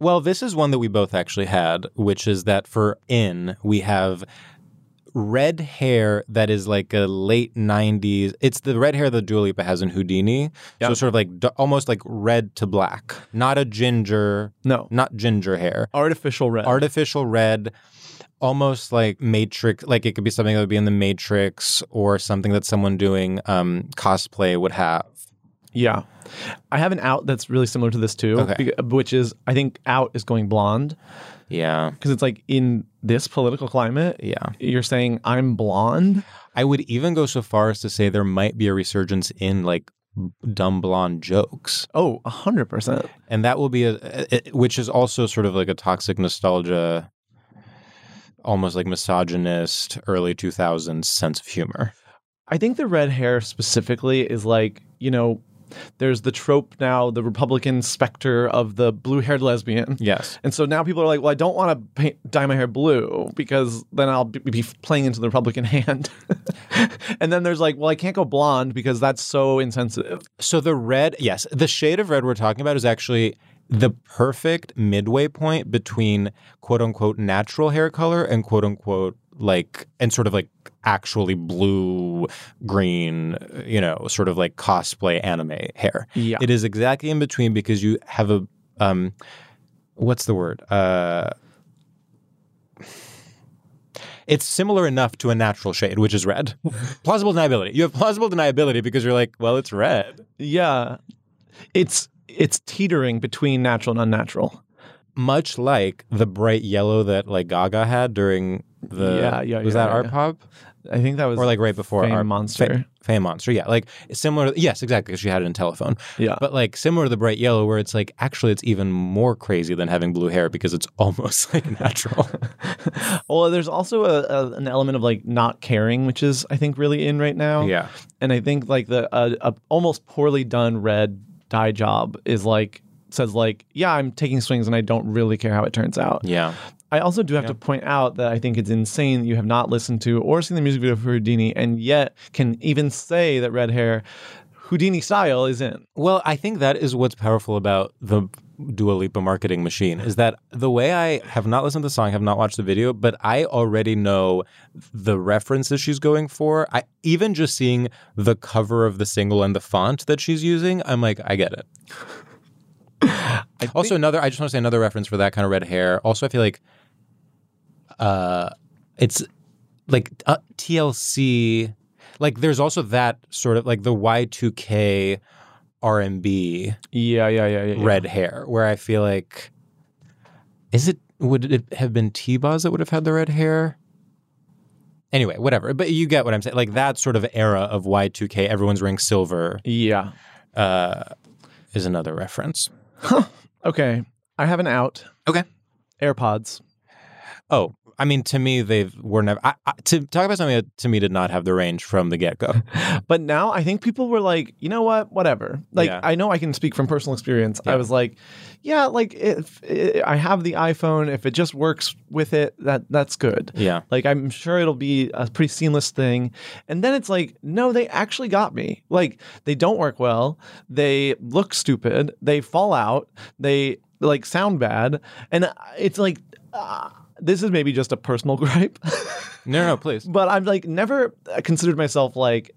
B: Well, this is one that we both actually had, which is that for in we have red hair that is like a late 90s. It's the red hair that Dua Lipa has in Houdini. So it's sort of like d- almost like red to black. Not a ginger.
C: No.
B: Not ginger hair.
C: Artificial red.
B: Artificial red. Almost like Matrix, like it could be something that would be in the Matrix or something that someone doing um, cosplay would have.
C: Yeah. I have an out that's really similar to this too,
B: Okay.
C: bec- which is I think out is going blonde
B: Yeah.
C: because it's like in this political climate,
B: Yeah.
C: you're saying I'm blonde.
B: I would even go so far as to say there might be a resurgence in like dumb blonde jokes.
C: Oh, 100%.
B: and that will be a, a- a- which is also sort of like a toxic nostalgia almost like misogynist early 2000s sense of humor
C: I think the red hair specifically is like, you know, there's the trope now, the Republican specter of the blue haired lesbian.
B: yes
C: And so now people are like, well, I don't want to paint, dye my hair blue because then I'll be, be playing into the Republican hand. and then there's like, well, I can't go blonde because that's so insensitive.
B: so the red yes the shade of red we're talking about is actually the perfect midway point between quote unquote natural hair color and quote unquote like and sort of like actually blue green you know sort of like cosplay anime hair
C: Yeah.
B: It is exactly in between because you have a um what's the word? Uh it's similar enough to a natural shade, which is red. plausible deniability. You have plausible deniability because you're like, well, it's red.
C: Yeah. It's it's teetering between natural and unnatural.
B: Much like the bright yellow that like Gaga had during the
C: Yeah, yeah,
B: was
C: yeah,
B: that Art
C: yeah.
B: Pop
C: I think that was
B: or like right before
C: Fame
B: Art
C: Monster.
B: Fa- Fame Monster, yeah, like similar. Yes, exactly. 'cause she had it in Telephone.
C: yeah.
B: But like similar to the bright yellow, where it's like actually it's even more crazy than having blue hair because it's almost like natural.
C: well, there's also a, a, an element of like not caring, which is I think really in right now.
B: Yeah.
C: and I think like the uh, a almost poorly done red dye job is like says like yeah I'm taking swings and I don't really care how it turns out.
B: Yeah.
C: I also do have to point out that I think it's insane that you have not listened to or seen the music video for Houdini and yet can even say that red hair Houdini style is in.
B: Well, I think that is what's powerful about the Dua Lipa marketing machine is that the way I have not listened to the song, have not watched the video, but I already know the references she's going for. I even just seeing the cover of the single and the font that she's using, I'm like, I get it. also, another I just want to say another reference for that kind of red hair. Also, I feel like uh it's like uh, TLC like there's also that sort of like the Y2K R and B.
C: Yeah, yeah, yeah, yeah.
B: Red hair, where I feel like, is it would it have been T Boz that would have had the red hair? Anyway, whatever. But you get what I'm saying. Like that sort of era of Y2K, everyone's wearing silver.
C: Yeah,
B: uh, is another reference.
C: Okay. I have an out.
B: Okay.
C: AirPods.
B: Oh, I mean, to me, they were never. I, I, to talk about something that to me did not have the range from the get go.
C: But now I think people were like, you know what? Whatever. Like,
B: Yeah.
C: I know I can speak from personal experience. I was like, yeah, like if eh, i I have the iPhone, if it just works with it, that that's good.
B: Yeah.
C: Like I'm sure it'll be a pretty seamless thing. And then it's like, no, they actually got me. Like they don't work well. They look stupid. They fall out. They like sound bad. And it's like uh, this is maybe just a personal gripe.
B: no, no, please.
C: But I'm like never uh, considered myself like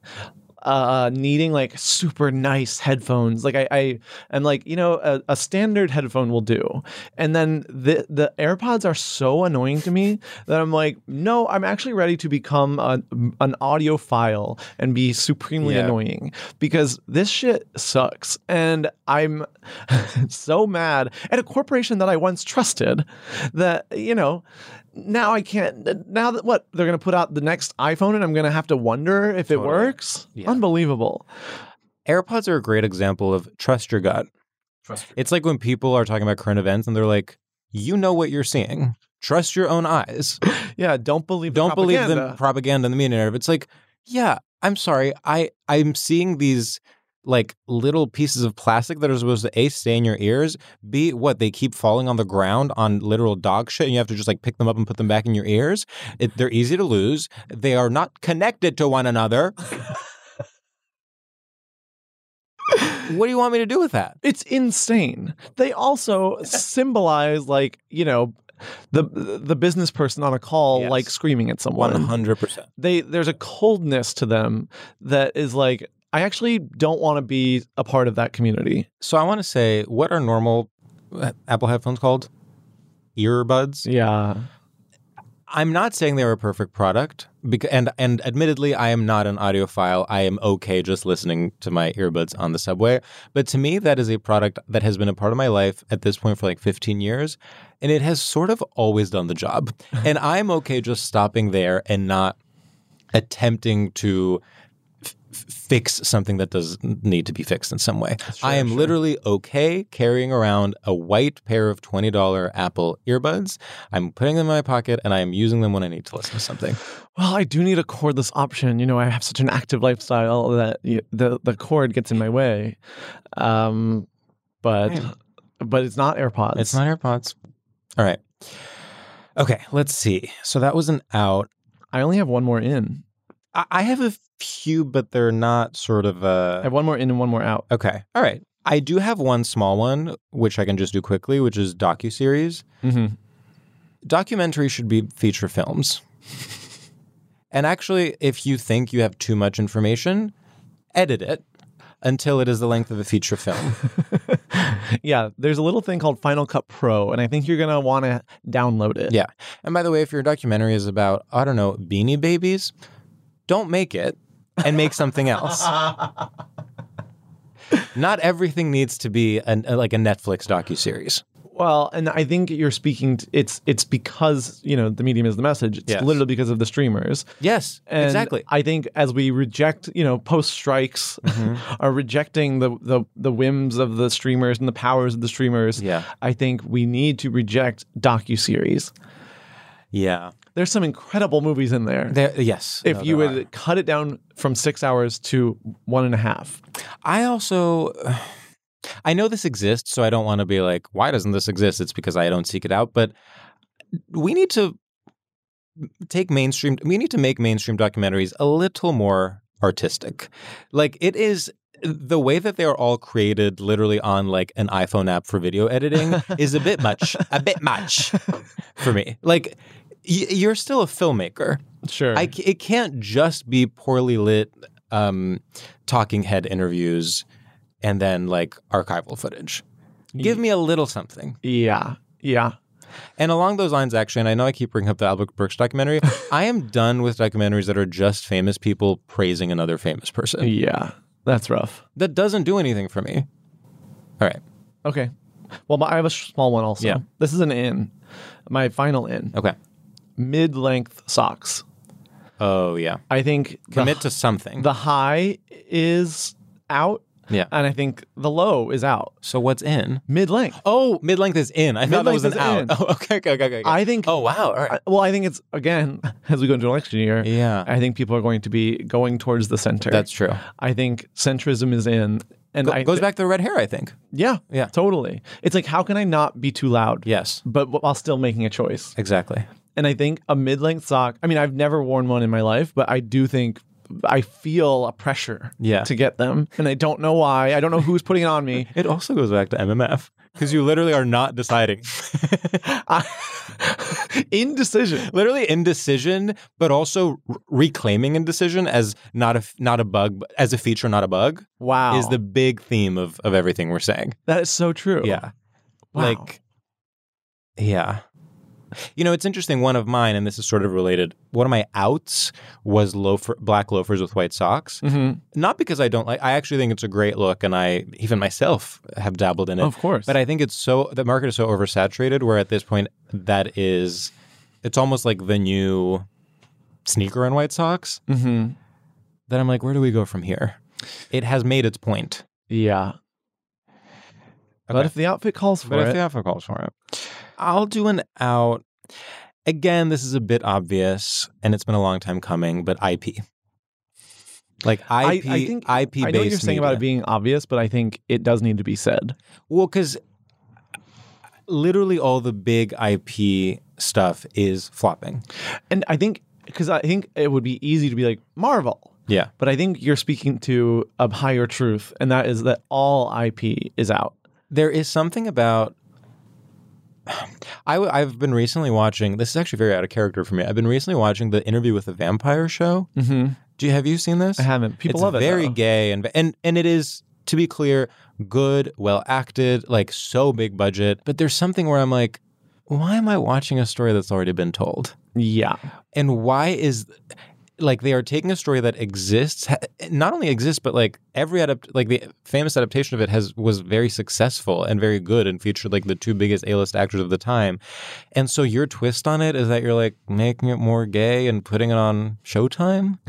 C: uh needing like super nice headphones like i i am like you know a, a standard headphone will do and then the the airpods are so annoying to me that i'm like no i'm actually ready to become a, an audiophile and be supremely
B: Yeah.
C: annoying because this shit sucks and i'm so mad at a corporation that i once trusted that you know now i can't now that what they're going to put out the next iphone and i'm going to have to wonder if it works unbelievable
B: AirPods are a great example of trust your gut. Trust. It's like when people are talking about current events and they're like, you know what you're seeing. Trust your own eyes.
C: yeah, don't believe
B: don't believe the
C: propaganda.
B: propaganda and the media narrative. It's like, yeah, I'm sorry, I I'm seeing these like little pieces of plastic that are supposed to a stay in your ears, b what they keep falling on the ground on literal dog shit, and you have to just like pick them up and put them back in your ears. It, they're easy to lose. They are not connected to one another. what do you want me to do with that?
C: It's insane. They also symbolize like, you know, the the business person on a call like screaming at someone.
B: 100%.
C: They there's a coldness to them that is like I actually don't want to be a part of that community.
B: So I want to say, what are normal uh, Apple headphones called? Earbuds.
C: Yeah.
B: I'm not saying they were a perfect product, because, and and admittedly, I am not an audiophile. I am okay just listening to my earbuds on the subway. But to me, that is a product that has been a part of my life at this point for like 15 years, and it has sort of always done the job. and I'm okay just stopping there and not attempting to f- f- fix something that does need to be fixed in some way. I am literally okay carrying around a white pair of $20 Apple earbuds. I'm putting them in my pocket and I am using them when I need to listen to something.
C: Well, I do need a cordless option. You know, I have such an active lifestyle that y the the cord gets in my way. Um but
B: Right.
C: but it's not AirPods.
B: It's not AirPods. All right. Okay, let's see. So that was an out.
C: I only have one more in.
B: I, I have a few, but they're not sort of uh
C: I have one more in and one more out.
B: Okay. All right. I do have one small one, which I can just do quickly, which is docuseries.
C: Mm-hmm.
B: Documentary should be feature films. and actually, if you think you have too much information, edit it until it is the length of a feature film.
C: Yeah, there's a little thing called Final Cut Pro, and I think you're gonna want to download it.
B: Yeah. And by the way, if your documentary is about, I don't know, beanie babies, don't make it and make something else. Not everything needs to be an, like a Netflix docuseries.
C: Well, and I think you're speaking. To, it's it's because you know the medium is the message. It's
B: Yes.
C: literally because of the streamers.
B: Yes,
C: And
B: exactly.
C: I think as we reject, you know, post strikes are rejecting the, the the whims of the streamers and the powers of the streamers.
B: Yeah.
C: I think we need to reject docu series.
B: Yeah.
C: There's some incredible movies in there.
B: There, yes.
C: If
B: No,
C: you
B: there
C: would cut it down from six hours to one and a half.
B: I also I know this exists, so I don't want to be like, why doesn't this exist? It's because I don't seek it out, but we need to take mainstream we need to make mainstream documentaries a little more artistic. Like it is the way that they are all created literally on like an iPhone app for video editing is a bit much, a bit much for me. Like y- you're still a filmmaker.
C: Sure.
B: I c- it can't just be poorly lit um, talking head interviews and then like archival footage. Give me a little something.
C: Yeah. Yeah.
B: And along those lines, actually, and I know I keep bringing up the Albert Brooks documentary, I am done with documentaries that are just famous people praising another famous person.
C: Yeah. That's rough.
B: That doesn't do anything for me. All right.
C: Okay. Well, my- I have a sh- small one also.
B: Yeah.
C: This is an in. My final in.
B: Okay.
C: Mid length socks.
B: Oh yeah.
C: I think
B: Commit to something.
C: The high is out.
B: Yeah.
C: And I think the low is out.
B: So what's in?
C: Mid length.
B: Oh, mid length is in. I thought that was an
C: Mid-length is
B: out.
C: in.
B: Oh, okay, okay, okay, okay.
C: I think.
B: Oh wow. All right.
C: I- well, I think it's again as we go into election year.
B: Yeah.
C: I think people are going to be going towards the center.
B: That's true.
C: I think centrism is in, and
B: Go-
C: I,
B: goes back to the red hair. I think.
C: Yeah,
B: Yeah.
C: totally. It's like how can I not be too loud?
B: Yes.
C: but while still making a choice.
B: Exactly.
C: And I think a mid-length sock. I mean, I've never worn one in my life, but I do think I feel a pressure.
B: Yeah.
C: to get them, and I don't know why. I don't know who's putting it on me.
B: It also goes back to MMF because you literally are not deciding.
C: Indecision.
B: literally indecision, but also r- reclaiming indecision as not a f- not a bug, but as a feature, not a bug.
C: Wow.
B: is the big theme of of everything we're saying.
C: That is so true.
B: Yeah,
C: Wow.
B: like yeah. You know, it's interesting. One of mine, and this is sort of related. One of my outs was loafer, black loafers with white socks.
C: Mhm.
B: Not because I don't like. I actually think it's a great look, and I even myself have dabbled in it.
C: Of course.
B: but I think it's so the market is so oversaturated. Where at this point, that is, it's almost like the new sneaker and white socks.
C: Mm-hmm.
B: That I'm like, where do we go from here? It has made its point.
C: Yeah. But
B: Okay.
C: if the outfit calls for
B: But
C: it,
B: if the alpha calls for it, I'll do an out. Again, this is a bit obvious, and it's been a long time coming. But IP, like IP,
C: I, I think
B: IP.
C: I know what you're saying about it being obvious, but I think it does need to be said.
B: well, because literally all the big IP stuff is flopping.
C: And I think because I think it would be easy to be like Marvel,
B: Yeah,
C: but I think you're speaking to a higher truth, and that is that all IP is out.
B: there is something about. I, w- I've been recently watching. This is actually very out of character for me. I've been recently watching the interview with the vampire show.
C: Mm-hmm.
B: Do you have you seen this?
C: I haven't. People
B: it's
C: love it.
B: Very
C: though.
B: gay and and and it is to be clear, good, well acted, like so big budget. But there's something where I'm like, why am I watching a story that's already been told?
C: Yeah.
B: And why is like they are taking a story that exists, ha- not only exists, but like every adapt, like the famous adaptation of it has was very successful and very good and featured like the two biggest A-list actors of the time. And so your twist on it is that you're like making it more gay and putting it on Showtime.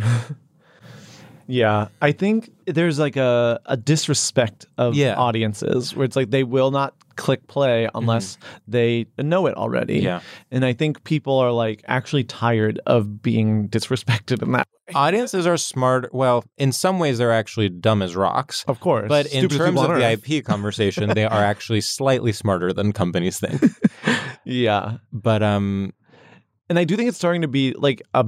C: Yeah. I think there's like a, a disrespect of
B: Yeah. Mm-hmm.
C: audiences where it's like they will not click play unless they know it already.
B: Yeah.
C: And I think people are like actually tired of being disrespected in that.
B: audiences are smart. Well, in some ways, they're actually dumb as rocks.
C: Of course.
B: But in
C: Stupidest
B: terms
C: people
B: of
C: on
B: the
C: earth.
B: IP conversation, they are actually slightly smarter than companies think.
C: Yeah.
B: But um,
C: and I do think it's starting to be like a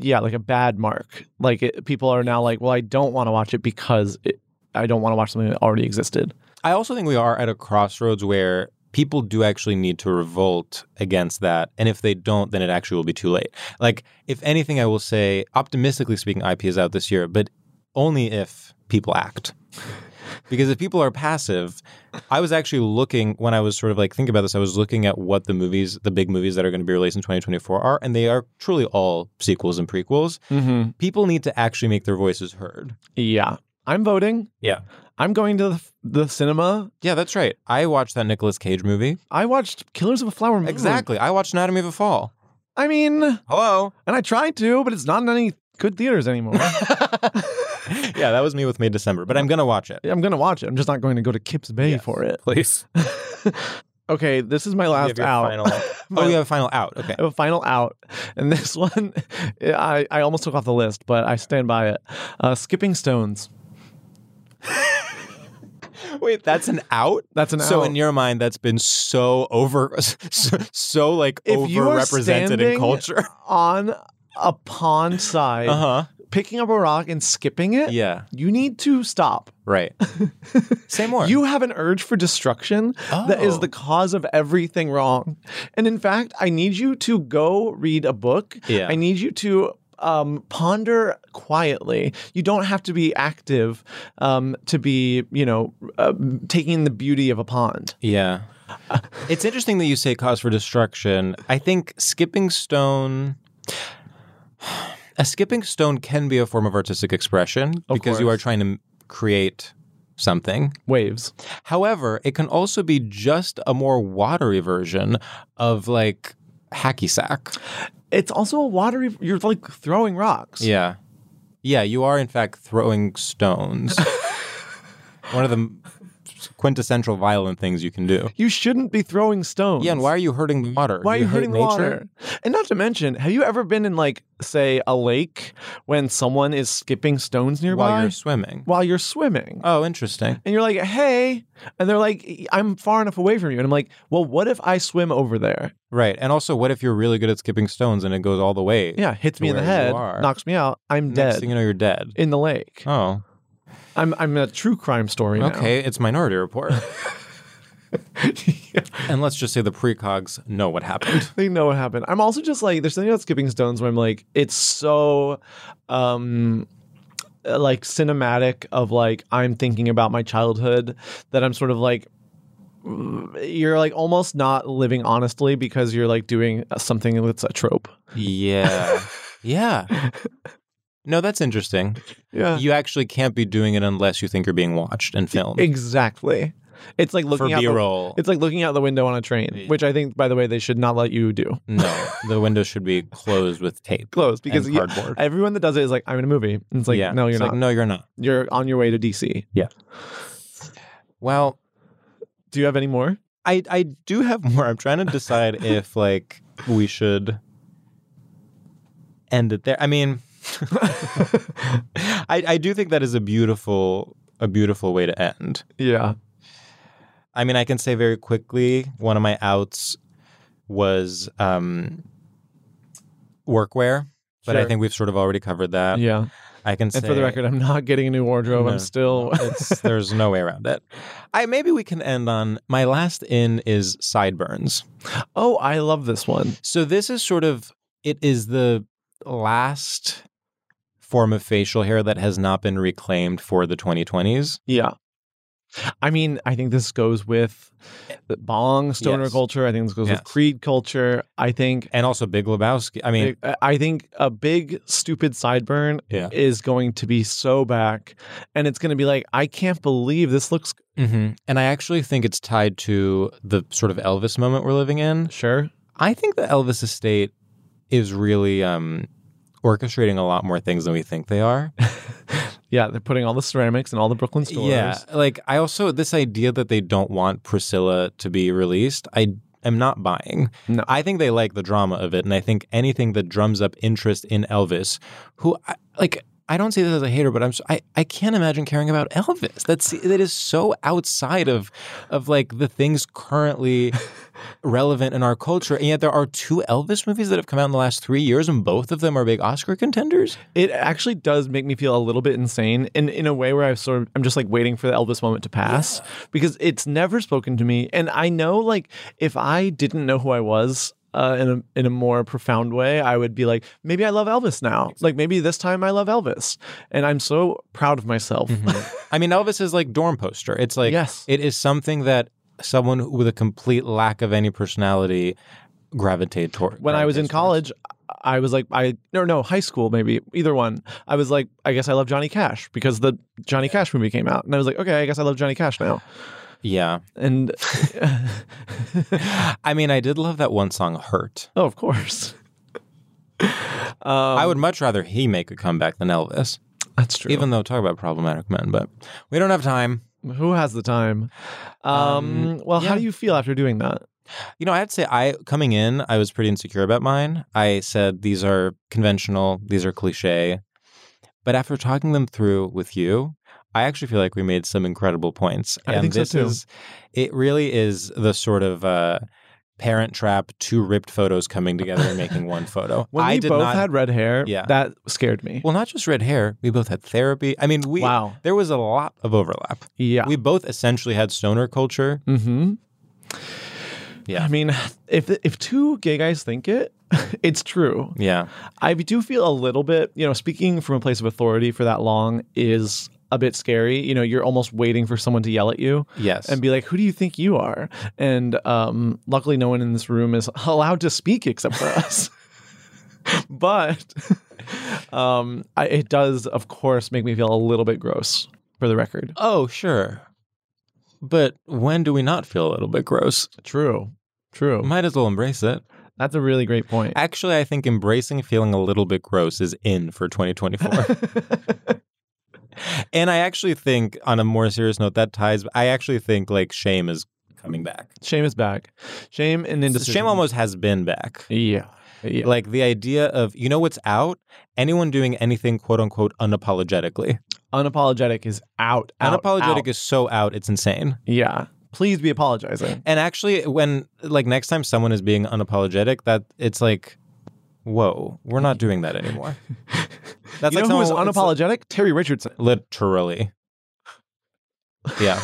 C: yeah, like a bad mark. Like it, people are now like, well, I don't want to watch it because it, I don't want to watch something that already existed.
B: I also think we are at a crossroads where people do actually need to revolt against that. And if they don't, then it actually will be too late. Like, if anything, I will say, optimistically speaking, IP is out this year, but only if people act. Because if people are passive, I was actually looking when I was sort of like thinking about this, I was looking at what the movies, the big movies that are going to be released in 2024 are, and they are truly all sequels and prequels.
C: Mm-hmm.
B: People need to actually make their voices heard.
C: Yeah, I'm voting.
B: Yeah.
C: I'm going to the, the cinema.
B: Yeah, that's right. I watched that Nicolas Cage movie.
C: I watched Killers of a Flower Moon.
B: Exactly. I watched Anatomy of a Fall.
C: I mean, and
B: Hello.
C: I tried to, but it's not in any good theaters anymore.
B: Yeah, that was me with May December, but I'm gonna watch it.
C: I'm going to watch it. I'm just not going to go to Kips Bay for it.
B: Please.
C: okay, this is my last out. Oh.
B: oh, you have a final out. Okay.
C: I have a final out, and this one, I, I almost took off the list, but I stand by it. Uh, Skipping Stones.
B: Wait, that's an out.
C: That's an
B: So
C: out.
B: in your mind, that's been so over, so, so like
C: If you are
B: overrepresented in
C: standing
B: culture.
C: on a pond side,
B: Uh huh.
C: picking up a rock and skipping it,
B: Yeah.
C: you need to stop.
B: Right. Say more.
C: You have an urge for destruction that
B: Oh.
C: is the cause of everything wrong. And in fact, I need you to go read a book.
B: Yeah.
C: I need you to um, ponder quietly. You don't have to be active um, to be, you know, uh, taking in the beauty of a pond.
B: Yeah. it's interesting that you say cause for destruction. I think skipping stone. A skipping stone can be a form of artistic expression
C: Of
B: because you are
C: course.
B: trying to create something
C: waves.
B: However, it can also be just a more watery version of like hacky sack.
C: It's also a watery. You're like throwing rocks.
B: Yeah. Yeah, you are in fact throwing stones. One of the m- quintessential violent things you can do.
C: You shouldn't be throwing stones.
B: Yeah, and why are you hurting the water?
C: Why are
B: Do
C: you,
B: hate
C: hurting the
B: nature?
C: water? And not to mention, have you ever been in like, say, a lake when someone is skipping stones nearby
B: While you're swimming.
C: While you're swimming,
B: Oh, interesting.
C: and you're like, "Hey," and they're like, "I'm far enough away from you," and I'm like, "Well, what if I swim over there?"
B: Right. And also, what if you're really good at skipping stones and it goes all the way?
C: Yeah, hits
B: to
C: me in the
B: where you
C: head,
B: are?
C: knocks me out. I'm
B: Next
C: dead
B: thing you know, you're dead.
C: in the lake.
B: Oh,
C: I'm I'm a true crime story. now.
B: okay. It's Minority Report. And let's just say the precogs know what happened.
C: they know what happened. I'm also just like, there's something about skipping stones where I'm like, it's so, um, like cinematic of like I'm thinking about my childhood that I'm sort of like. mm, You're like almost not living honestly because you're like doing something that's a trope.
B: Yeah. yeah. No, that's interesting.
C: Yeah. E-,
B: You actually can't be doing it unless you think you're being watched and filmed.
C: Exactly. It's like looking out the-
B: B-roll.
C: it's like looking out the window on a train, which I think, by the way, they should not let you do.
B: No, the window should be closed with tape.
C: Close because
B: and
C: you-
B: cardboard.
C: everyone that does it is like, I'm in a movie. And it's like,
B: yeah.
C: no, you're
B: It's
C: not.
B: like, no, you're not.
C: You're on your way to DC.
B: Yeah. Well,
C: Do you have any more?
B: I I do have more. I'm trying to decide if like we should end it there. I mean, I I do think that is a beautiful a beautiful way to end.
C: Yeah.
B: I mean, I can say very quickly one of my outs was um, workwear, but I
C: Sure.
B: think we've sort of already covered that.
C: Yeah.
B: I can say
C: And for the record, I'm not getting a new wardrobe.
B: No,
C: I'm still.
B: it's, there's no way around it. I maybe we can end on my last in is sideburns.
C: oh, I love this one.
B: So this is sort of it is the last form of facial hair that has not been reclaimed for the 2020s.
C: Yeah. I mean, I think this goes with the bong stoner
B: Yes.
C: culture. I think this goes
B: Yes.
C: with creed culture. I think.
B: And also Big Lebowski. I mean,
C: I- I think a big stupid sideburn
B: Yeah.
C: is going to be so back, and it's going to be like, I can't believe this looks
B: mhm. and I actually think it's tied to the sort of Elvis moment we're living in.
C: sure.
B: I think the Elvis estate is really um orchestrating a lot more things than we think they are.
C: Yeah, they're putting all the ceramics and all the Brooklyn stores.
B: Yeah, like I also this idea that they don't want Priscilla to be released, I am not buying.
C: No.
B: I think they like the drama of it, and I think anything that drums up interest in Elvis, who I, like I don't say this as a hater, but I'm s- I, I can't imagine caring about Elvis. That's that is so outside of of like the things currently. relevant in our culture and yet there are two elvis movies that have come out in the last three years and both of them are big oscar contenders
C: It actually does make me feel a little bit insane in, in a way where I sort of I'm just like waiting for the Elvis moment to pass because it's never spoken to me. And I know like if I didn't know who I was uh, in a in a more profound way, I would be like, maybe I love Elvis now. Like maybe this time I love Elvis. And I'm so proud of myself.
B: I mean, Elvis is like dorm poster. It's like
C: Yes.
B: it is something that someone with a complete lack of any personality gravitate toward.
C: when I was in
B: gravitates towards.
C: college, I was like, I no no high school maybe either one. I was like, I guess I love Johnny Cash because the Johnny Cash movie came out, and I was like, okay, I guess I love Johnny Cash now.
B: yeah.
C: And
B: I mean, I did love that one song, "Hurt."
C: oh, of course,
B: I would much rather he make a comeback than Elvis.
C: that's Um, true.
B: Even though talk about problematic men, but we don't have time.
C: Who has the time? Um, well, how do you feel after doing that?
B: You know, I have to say, I coming in, I was pretty insecure about mine. I said these are conventional, these are cliche, but after talking them through with you, I actually feel like we made some incredible points.
C: I
B: and
C: think so,
B: this
C: too.
B: is, it really is the sort of uh, parent trap, two ripped photos coming together and making one photo.
C: When
B: I
C: we
B: did
C: both
B: not.
C: had red hair,
B: Yeah.
C: that scared me.
B: well, not just red hair. We both had therapy. I mean, we
C: Wow.
B: there was a lot of overlap.
C: Yeah.
B: We both essentially had stoner culture.
C: mm-hmm.
B: Yeah.
C: I mean, if if two gay guys think it, it's true.
B: yeah.
C: I do feel a little bit, you know, speaking from a place of authority for that long is a bit scary. You know, you're almost waiting for someone to yell at you.
B: Yes.
C: And be like, who do you think you are? And um, luckily, no one in this room is allowed to speak except for us. but um, I, it does, of course, make me feel a little bit gross. for the record.
B: Oh, sure. But when do we not feel a little bit gross?
C: True. True.
B: Might as well embrace it.
C: That's a really great point.
B: Actually, I think embracing feeling a little bit gross is in for 2024. and I actually think, on a more serious note, that ties. I actually think like shame is coming back.
C: Shame is back. Shame and indecision.
B: Shame almost has been back.
C: Yeah. yeah.
B: Like the idea of, you know what's out? Anyone doing anything, quote unquote, unapologetically.
C: Unapologetic is out. out
B: Unapologetic
C: out.
B: is so out, it's insane.
C: Yeah. Please be apologizing.
B: And actually, when like next time someone is being unapologetic, that it's like, whoa, we're not doing that anymore.
C: That's you like know who was
B: someone- it's
C: unapologetic? Terry Richardson.
B: like- literally. Yeah.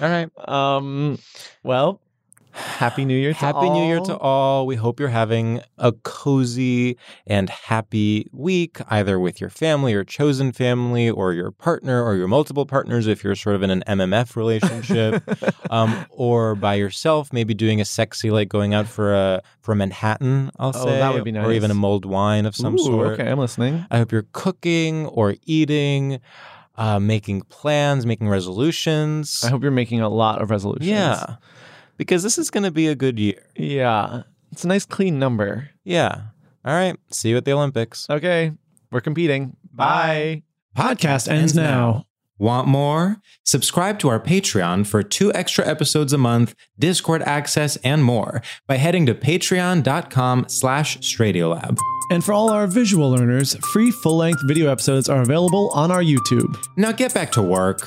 B: All right.
C: Um. Well, happy New Year. To
B: Happy New Year to
C: all.
B: all. We hope you're having a cozy and happy week, either with your family or chosen family or your partner or your multiple partners if you're sort of in an MMF relationship, um, or by yourself, maybe doing a sexy, like going out for a for a Manhattan, I'll
C: Oh,
B: say.
C: that would be
B: Or even
C: nice.
B: a mulled wine of some
C: Ooh,
B: sort.
C: Okay, I'm listening.
B: I hope you're cooking or eating, uh, making plans, making resolutions.
C: I hope you're making a lot of resolutions.
B: Yeah. Because this is going to be a good year.
C: Yeah. It's a nice clean number.
B: Yeah. All right. See you at the Olympics.
C: Okay. We're competing. Bye.
D: Podcast ends now. Want more? Subscribe to our Patreon for two extra episodes a month, Discord access, and more by heading to patreon.com slash Stradiolab.
A: And for all our visual learners, free full length video episodes are available on our YouTube.
D: Now get back to work.